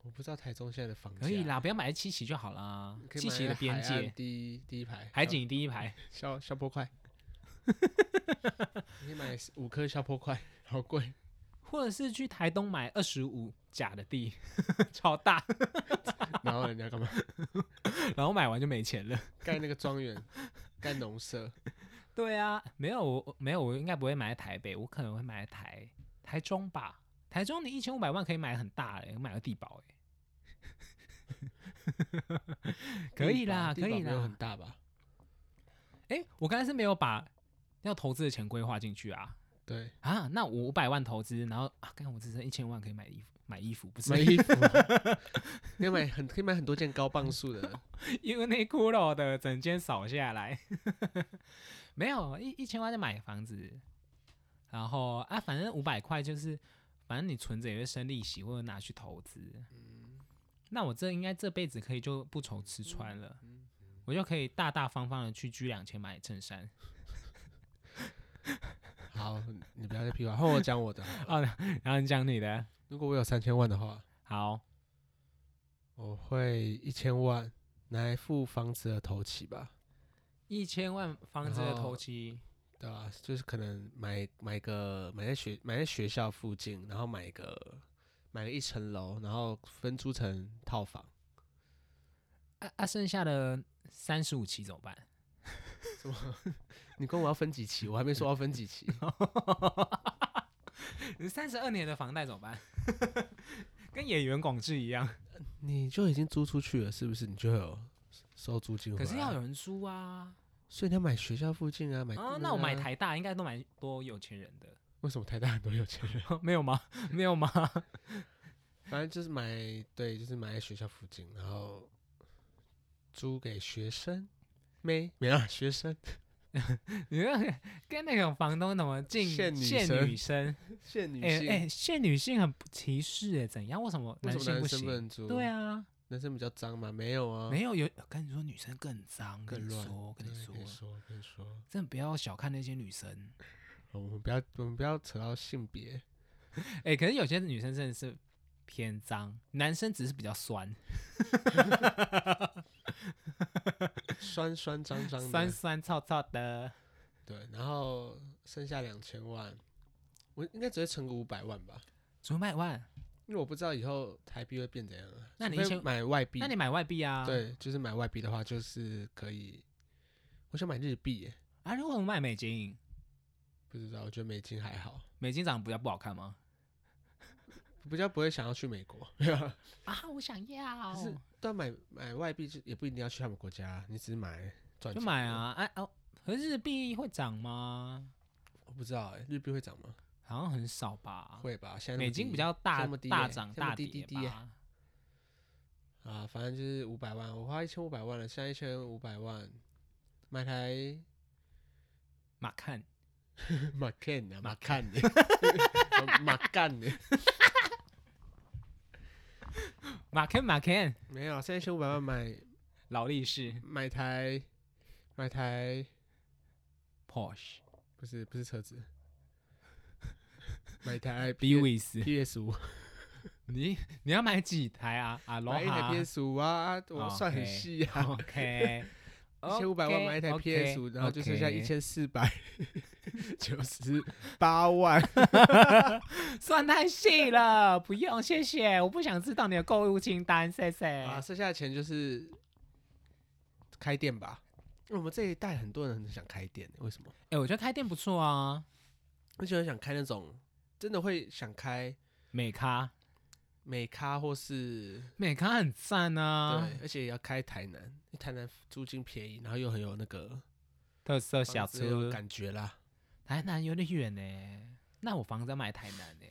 [SPEAKER 2] 我不知道台中现在的房价
[SPEAKER 1] 可以，啊啦，不要买在七期就好啦
[SPEAKER 2] 你。可以
[SPEAKER 1] 七
[SPEAKER 2] 买
[SPEAKER 1] 期的
[SPEAKER 2] 在
[SPEAKER 1] 边
[SPEAKER 2] 海岸
[SPEAKER 1] 界，
[SPEAKER 2] 第一第一排
[SPEAKER 1] 海
[SPEAKER 2] 小
[SPEAKER 1] 景第一排，
[SPEAKER 2] 消消波 块，你可以买五颗消波块，好贵，
[SPEAKER 1] 或者是去台东买二十五甲的地， 超大，
[SPEAKER 2] 然后人家干嘛？
[SPEAKER 1] 然后买完就没钱了。
[SPEAKER 2] 盖那个庄园，盖农舍，
[SPEAKER 1] 对啊，没有我我没有我应该不会买在台北，我可能会买在台台中吧。台中你一千五百万可以买很大嘞、买个地堡哎、 可以啦，
[SPEAKER 2] 地堡
[SPEAKER 1] 可以
[SPEAKER 2] 地堡没有很
[SPEAKER 1] 啦。
[SPEAKER 2] 大吧？
[SPEAKER 1] 哎、我刚才是没有把要投资的钱规划进去啊
[SPEAKER 2] 对，
[SPEAKER 1] 啊！那我五百万投资，然后啊，刚我只剩一千万可以买衣服，买衣服不 是
[SPEAKER 2] 买衣服，啊你要买很可以买很多件高磅数的，
[SPEAKER 1] 因为内裤肉的整间扫下来， 没有一一千万就买房子，然后啊，反正五百块就是，反正你存着也会生利息，或者拿去投资。那我这应该这辈子可以就不愁吃穿了，我就可以大大方方的去居两千买衬 衫。
[SPEAKER 2] 好，你不要再屁话，换我讲我的好了。
[SPEAKER 1] 哦，然后你讲你的，
[SPEAKER 2] 如果我有三千万的话，
[SPEAKER 1] 好，
[SPEAKER 2] 我会一千万拿来付房子的头期吧，
[SPEAKER 1] 一千万房子的
[SPEAKER 2] 然
[SPEAKER 1] 头
[SPEAKER 2] 后
[SPEAKER 1] 期，
[SPEAKER 2] 对吧、就是可能买买个买在学买在学校附近，然后买个买个一层楼，然后分租成套房。
[SPEAKER 1] 啊啊，剩下的三十五期怎么办？
[SPEAKER 2] 你跟我要分几期？我还没说要分几期。
[SPEAKER 1] 你三十二年的房贷怎么办？ 跟演员广志一样。
[SPEAKER 2] 你就已经租出去了，是不是？你就有收租金回
[SPEAKER 1] 可
[SPEAKER 2] 来。
[SPEAKER 1] 是要有人租啊
[SPEAKER 2] 所以你要买学校附近啊，买
[SPEAKER 1] 啊！
[SPEAKER 2] 个
[SPEAKER 1] 那我买
[SPEAKER 2] 啊。
[SPEAKER 1] 台大应该都蛮多有钱人的，
[SPEAKER 2] 为什么台大很多有钱人？
[SPEAKER 1] 没有吗？ 没有吗？
[SPEAKER 2] 反正就是买，对，就是买在学校附近，然后租给学生，没没啊，学生
[SPEAKER 1] 你那个跟那种房东怎么进
[SPEAKER 2] 限女
[SPEAKER 1] 限
[SPEAKER 2] 生
[SPEAKER 1] 女生？
[SPEAKER 2] 限女
[SPEAKER 1] 哎
[SPEAKER 2] 性，
[SPEAKER 1] 哎，限女性很不歧视哎，怎样？为什么
[SPEAKER 2] 为
[SPEAKER 1] 男
[SPEAKER 2] 什么男生不
[SPEAKER 1] 性不行？
[SPEAKER 2] 能租？
[SPEAKER 1] 对，啊，
[SPEAKER 2] 男生比较脏吗？没有啊，
[SPEAKER 1] 没有有，跟你说女生更脏，跟
[SPEAKER 2] 更
[SPEAKER 1] 你
[SPEAKER 2] 乱
[SPEAKER 1] 说，跟
[SPEAKER 2] 对
[SPEAKER 1] 你
[SPEAKER 2] 跟你
[SPEAKER 1] 说，
[SPEAKER 2] 说，跟你说，
[SPEAKER 1] 真的不要小看那些女生。
[SPEAKER 2] 好我们不要，我们不要扯到性别，
[SPEAKER 1] 哎，可是有些女生真的是偏脏，男生只是比较 酸，
[SPEAKER 2] 酸酸脏脏的。
[SPEAKER 1] 酸酸臭臭的。
[SPEAKER 2] 对，然后剩下两千万，我应该只会存个五百万吧，
[SPEAKER 1] 主卖万，因
[SPEAKER 2] 因为我不知道以后台币会变怎样啊。
[SPEAKER 1] 那
[SPEAKER 2] 除
[SPEAKER 1] 你一
[SPEAKER 2] 非
[SPEAKER 1] 千
[SPEAKER 2] 买外币，
[SPEAKER 1] 那你买外币啊？
[SPEAKER 2] 对，就是买外币的话，就是可以。我想买日币耶，
[SPEAKER 1] 啊，如果我买美金，
[SPEAKER 2] 不知道，我觉得美金还好，
[SPEAKER 1] 美金长得比较不好看吗？
[SPEAKER 2] 比较不会想要去美国。没有啊，
[SPEAKER 1] 啊，我想要
[SPEAKER 2] 可是但买买外币就也不一定要去他们国家，你只是买赚
[SPEAKER 1] 就
[SPEAKER 2] 钱
[SPEAKER 1] 买
[SPEAKER 2] 的！
[SPEAKER 1] 啊！哎、哦，可是日币会涨吗？
[SPEAKER 2] 我不知道哎，日币会涨吗？
[SPEAKER 1] 好像很少吧。
[SPEAKER 2] 会吧，现在那么
[SPEAKER 1] 美金
[SPEAKER 2] 低
[SPEAKER 1] 比较大
[SPEAKER 2] 这么低
[SPEAKER 1] 大
[SPEAKER 2] 耶
[SPEAKER 1] 涨
[SPEAKER 2] 这么
[SPEAKER 1] 大
[SPEAKER 2] 低
[SPEAKER 1] 跌
[SPEAKER 2] 低低耶
[SPEAKER 1] 吧。
[SPEAKER 2] 啊，反正就是五百万，我花一千五百万了，现在一千五百万买台
[SPEAKER 1] 马看，
[SPEAKER 2] 马干的，马干 的，马干的，
[SPEAKER 1] 马看，马看，
[SPEAKER 2] 没有，现在一千五百万买
[SPEAKER 1] 劳力士
[SPEAKER 2] 买台买台
[SPEAKER 1] Porsche
[SPEAKER 2] 不是不是车子， 买台
[SPEAKER 1] b
[SPEAKER 2] PS
[SPEAKER 1] w i s
[SPEAKER 2] PS 五，
[SPEAKER 1] 你你要买几台啊？啊，罗
[SPEAKER 2] 买一台
[SPEAKER 1] 哈
[SPEAKER 2] PS 五啊，我
[SPEAKER 1] 哦
[SPEAKER 2] 算很
[SPEAKER 1] ，OK
[SPEAKER 2] 细啊，
[SPEAKER 1] OK，
[SPEAKER 2] 一千五百万买一台 PS 五，然后就剩下一，千四百 九十八万，
[SPEAKER 1] 算太细了，不用，谢谢，我不想知道你的购物清单，谢谢。
[SPEAKER 2] 啊，剩下的钱就是开店吧。因为我们这一代很多人很想开店，为什么？
[SPEAKER 1] 哎、我觉得开店不错啊，
[SPEAKER 2] 而且很想开那种真的会想开
[SPEAKER 1] 美咖，
[SPEAKER 2] 美咖或是
[SPEAKER 1] 美咖很赞啊，
[SPEAKER 2] 对，而且也要开台南，因为台南租金便宜，然后又很有那个
[SPEAKER 1] 特色小
[SPEAKER 2] 房子有
[SPEAKER 1] 吃。
[SPEAKER 2] 感觉啦。
[SPEAKER 1] 台南有点远呢、那我房子要买台南呢、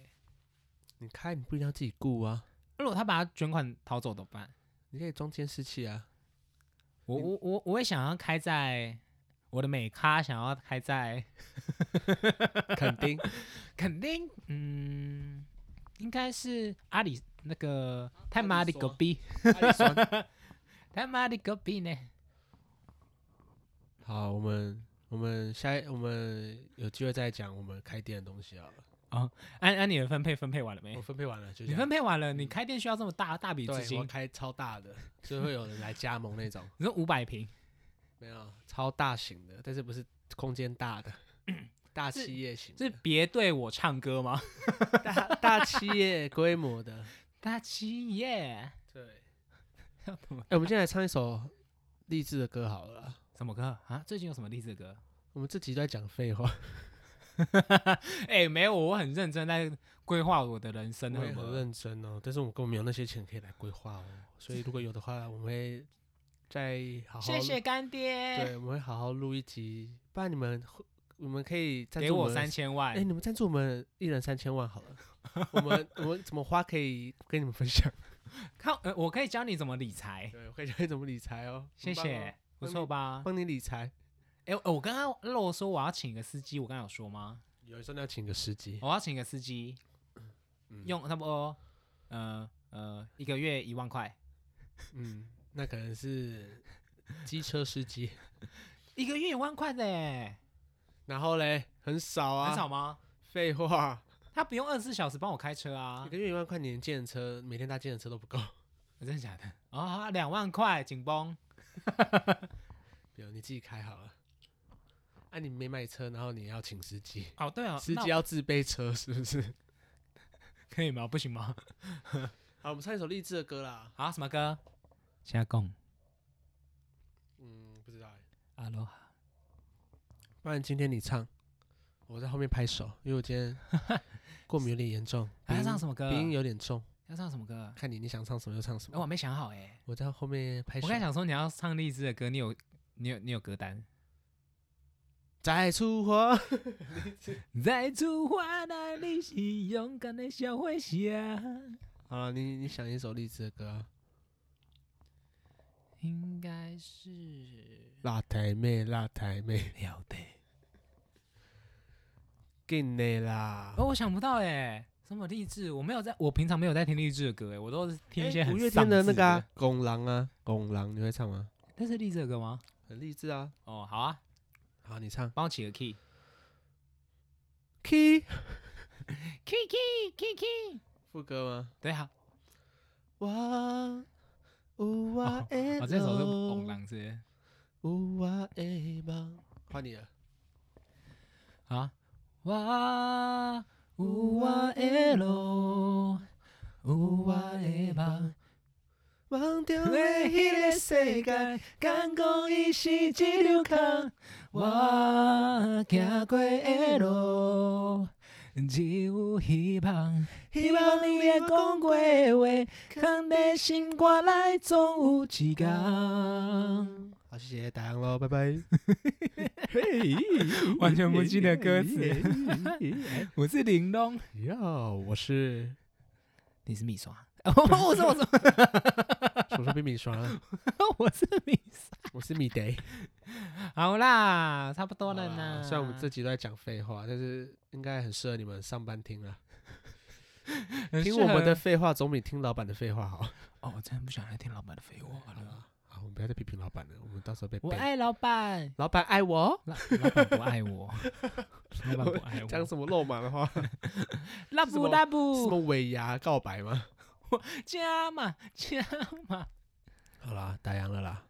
[SPEAKER 2] 你开你不一定要自己雇啊，
[SPEAKER 1] 如果他把他卷款逃走怎么办？
[SPEAKER 2] 你可以装监视器啊。
[SPEAKER 1] 我
[SPEAKER 2] 你
[SPEAKER 1] 我我我会想要开在我的美咖，想要开在
[SPEAKER 2] 肯定
[SPEAKER 1] 肯定，嗯，应该是阿里那个泰马
[SPEAKER 2] 阿里
[SPEAKER 1] 的隔
[SPEAKER 2] 说
[SPEAKER 1] 壁，
[SPEAKER 2] 阿里酸
[SPEAKER 1] 泰马的隔壁呢？
[SPEAKER 2] 好，我们我们下一我们有机会再讲我们开店的东西好了。
[SPEAKER 1] 按按你的分配分配完了没
[SPEAKER 2] 我？分配完了，就这
[SPEAKER 1] 哎你
[SPEAKER 2] 样
[SPEAKER 1] 分。配完了，你开店需要这么大大笔资
[SPEAKER 2] 对，我
[SPEAKER 1] 金？
[SPEAKER 2] 开超大的，就会有人来加盟那种，
[SPEAKER 1] 你说五百平，
[SPEAKER 2] 没有超大型的，但是不是空间大的，大
[SPEAKER 1] 是
[SPEAKER 2] 企业型的，
[SPEAKER 1] 是别对我唱歌吗？
[SPEAKER 2] 大大企业规模的。
[SPEAKER 1] 大七耶，
[SPEAKER 2] 对，
[SPEAKER 1] 要怎么
[SPEAKER 2] 哎、我们今天来唱一首励志的歌好了啦。
[SPEAKER 1] 什么歌啊？最近有什么励志歌？
[SPEAKER 2] 我们这集都在讲废话，
[SPEAKER 1] 哎、没有，我很认真在规划我的人生，
[SPEAKER 2] 我也
[SPEAKER 1] 好
[SPEAKER 2] 很
[SPEAKER 1] 不好
[SPEAKER 2] 认真哦，但是我们根本没有那些钱可以来规划哦，所以如果有的话，我们会再好好
[SPEAKER 1] 谢谢干爹，
[SPEAKER 2] 对，我们会好好录一集，不然你们会你们可以赞
[SPEAKER 1] 给
[SPEAKER 2] 助
[SPEAKER 1] 我
[SPEAKER 2] 们
[SPEAKER 1] 三，千万。
[SPEAKER 2] 哎、你们赞助我们一人三千万好了， 我们我们怎么花可以跟你们分享，
[SPEAKER 1] 看，呃，我可以教你怎么理财，
[SPEAKER 2] 对，我可以教你怎么理财哦，
[SPEAKER 1] 谢
[SPEAKER 2] 很棒
[SPEAKER 1] 谢
[SPEAKER 2] 哦，
[SPEAKER 1] 不错吧？
[SPEAKER 2] 帮你理财。
[SPEAKER 1] 哎、呃我刚刚漏说我要请个司机，我刚刚有说吗？
[SPEAKER 2] 有人说你要请个司机，
[SPEAKER 1] 我要请个司机，
[SPEAKER 2] 嗯
[SPEAKER 1] 哦用差不多，呃呃，一个月一万块，
[SPEAKER 2] 嗯，那可能是机车司机，
[SPEAKER 1] 一个月一万块的耶，
[SPEAKER 2] 然后嘞，很少啊，
[SPEAKER 1] 很少吗？
[SPEAKER 2] 废话，
[SPEAKER 1] 他不用二十四小时帮我开车啊
[SPEAKER 2] 一，个月一万块年建车，每天搭建车都不够。
[SPEAKER 1] 真的假的？啊、两万块紧绷，
[SPEAKER 2] 比如你自己开好了，啊，你没买车，然后你要请司机，
[SPEAKER 1] 哦对哦，
[SPEAKER 2] 司
[SPEAKER 1] 那
[SPEAKER 2] 机要自备车是不是？
[SPEAKER 1] 可以吗？不行吗？
[SPEAKER 2] 好，我们唱一首励志的歌啦。
[SPEAKER 1] 好，什么歌？下贡
[SPEAKER 2] 嗯，不知道欸，
[SPEAKER 1] 阿罗哈。
[SPEAKER 2] 不然今天你唱， 我在后面拍手，因为我今天过敏有点严重，
[SPEAKER 1] 还
[SPEAKER 2] 鼻
[SPEAKER 1] 要唱
[SPEAKER 2] 音
[SPEAKER 1] 什么歌？
[SPEAKER 2] 鼻音有点重，
[SPEAKER 1] 要要唱什么歌啊？
[SPEAKER 2] 看你你想唱什么就唱什
[SPEAKER 1] 哎、我
[SPEAKER 2] 么。
[SPEAKER 1] 没想好哎、
[SPEAKER 2] 我在后面拍手
[SPEAKER 1] 我刚才。想说你要唱荔枝的歌，你有你有你有歌单？
[SPEAKER 2] 再出火，
[SPEAKER 1] 在出发那里是勇敢的小飞侠，
[SPEAKER 2] 好了，你你想一首荔枝的歌啊。
[SPEAKER 1] 应该是
[SPEAKER 2] 辣台妹，辣台妹，
[SPEAKER 1] 了得。
[SPEAKER 2] 进来啦！
[SPEAKER 1] 哦，我想不到哎、什么励志？我没有在，我平常没有在听励志的歌哎、我都是听一些
[SPEAKER 2] 诶
[SPEAKER 1] 很
[SPEAKER 2] 五月
[SPEAKER 1] 丧
[SPEAKER 2] 天的
[SPEAKER 1] 志
[SPEAKER 2] 那个啊，拱狼啊，拱狼，你会唱吗？
[SPEAKER 1] 那是励志的歌吗？
[SPEAKER 2] 很励志啊。
[SPEAKER 1] 哦，好啊，
[SPEAKER 2] 好，你唱。
[SPEAKER 1] 帮我起个 key。
[SPEAKER 2] Key
[SPEAKER 1] key key key key。
[SPEAKER 2] 副歌吗？
[SPEAKER 1] 对啊，
[SPEAKER 2] 哇，呜哇哎，
[SPEAKER 1] 哦我、这首是《红狼》是
[SPEAKER 2] 呜哇哎吧。换你了。
[SPEAKER 1] 不是啊。哇，有我的路，有我的梦，
[SPEAKER 2] 忘 掉
[SPEAKER 1] 你迄个世界，敢讲伊是一场空。我行过的路，只有希望。希望你会讲过的话，放在心肝内，总有一天。
[SPEAKER 2] 好，谢谢大洋喽，拜拜。
[SPEAKER 1] 完全不记得歌词我是玲珑，
[SPEAKER 2] 哟，我是
[SPEAKER 1] 你是米刷。 我是我是
[SPEAKER 2] 手上冰米霜，
[SPEAKER 1] 我是米刷。
[SPEAKER 2] 我是米德。
[SPEAKER 1] 好啦，差不多了
[SPEAKER 2] 好
[SPEAKER 1] 呢
[SPEAKER 2] 啦。虽然我们这集都在讲废话，但是应该很适合你们上班听了。
[SPEAKER 1] 很
[SPEAKER 2] 听
[SPEAKER 1] 适
[SPEAKER 2] 我们的
[SPEAKER 1] 合
[SPEAKER 2] 废话总比听老板的废话好。
[SPEAKER 1] 哦，我真的不想再听老板的废话了。
[SPEAKER 2] 好，我们不要再批评老板了，我们到时候被
[SPEAKER 1] 我
[SPEAKER 2] 背
[SPEAKER 1] 爱老板，
[SPEAKER 2] 老板爱我，
[SPEAKER 1] 老老板不 爱我，老板不爱
[SPEAKER 2] 讲
[SPEAKER 1] 我，
[SPEAKER 2] 什么肉麻的话，什
[SPEAKER 1] 拉
[SPEAKER 2] 什么
[SPEAKER 1] 布拉
[SPEAKER 2] 么
[SPEAKER 1] 布，
[SPEAKER 2] 尾牙告白吗？
[SPEAKER 1] 加嘛加嘛，
[SPEAKER 2] 好啦，打烊了啦。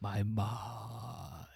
[SPEAKER 1] 拜拜。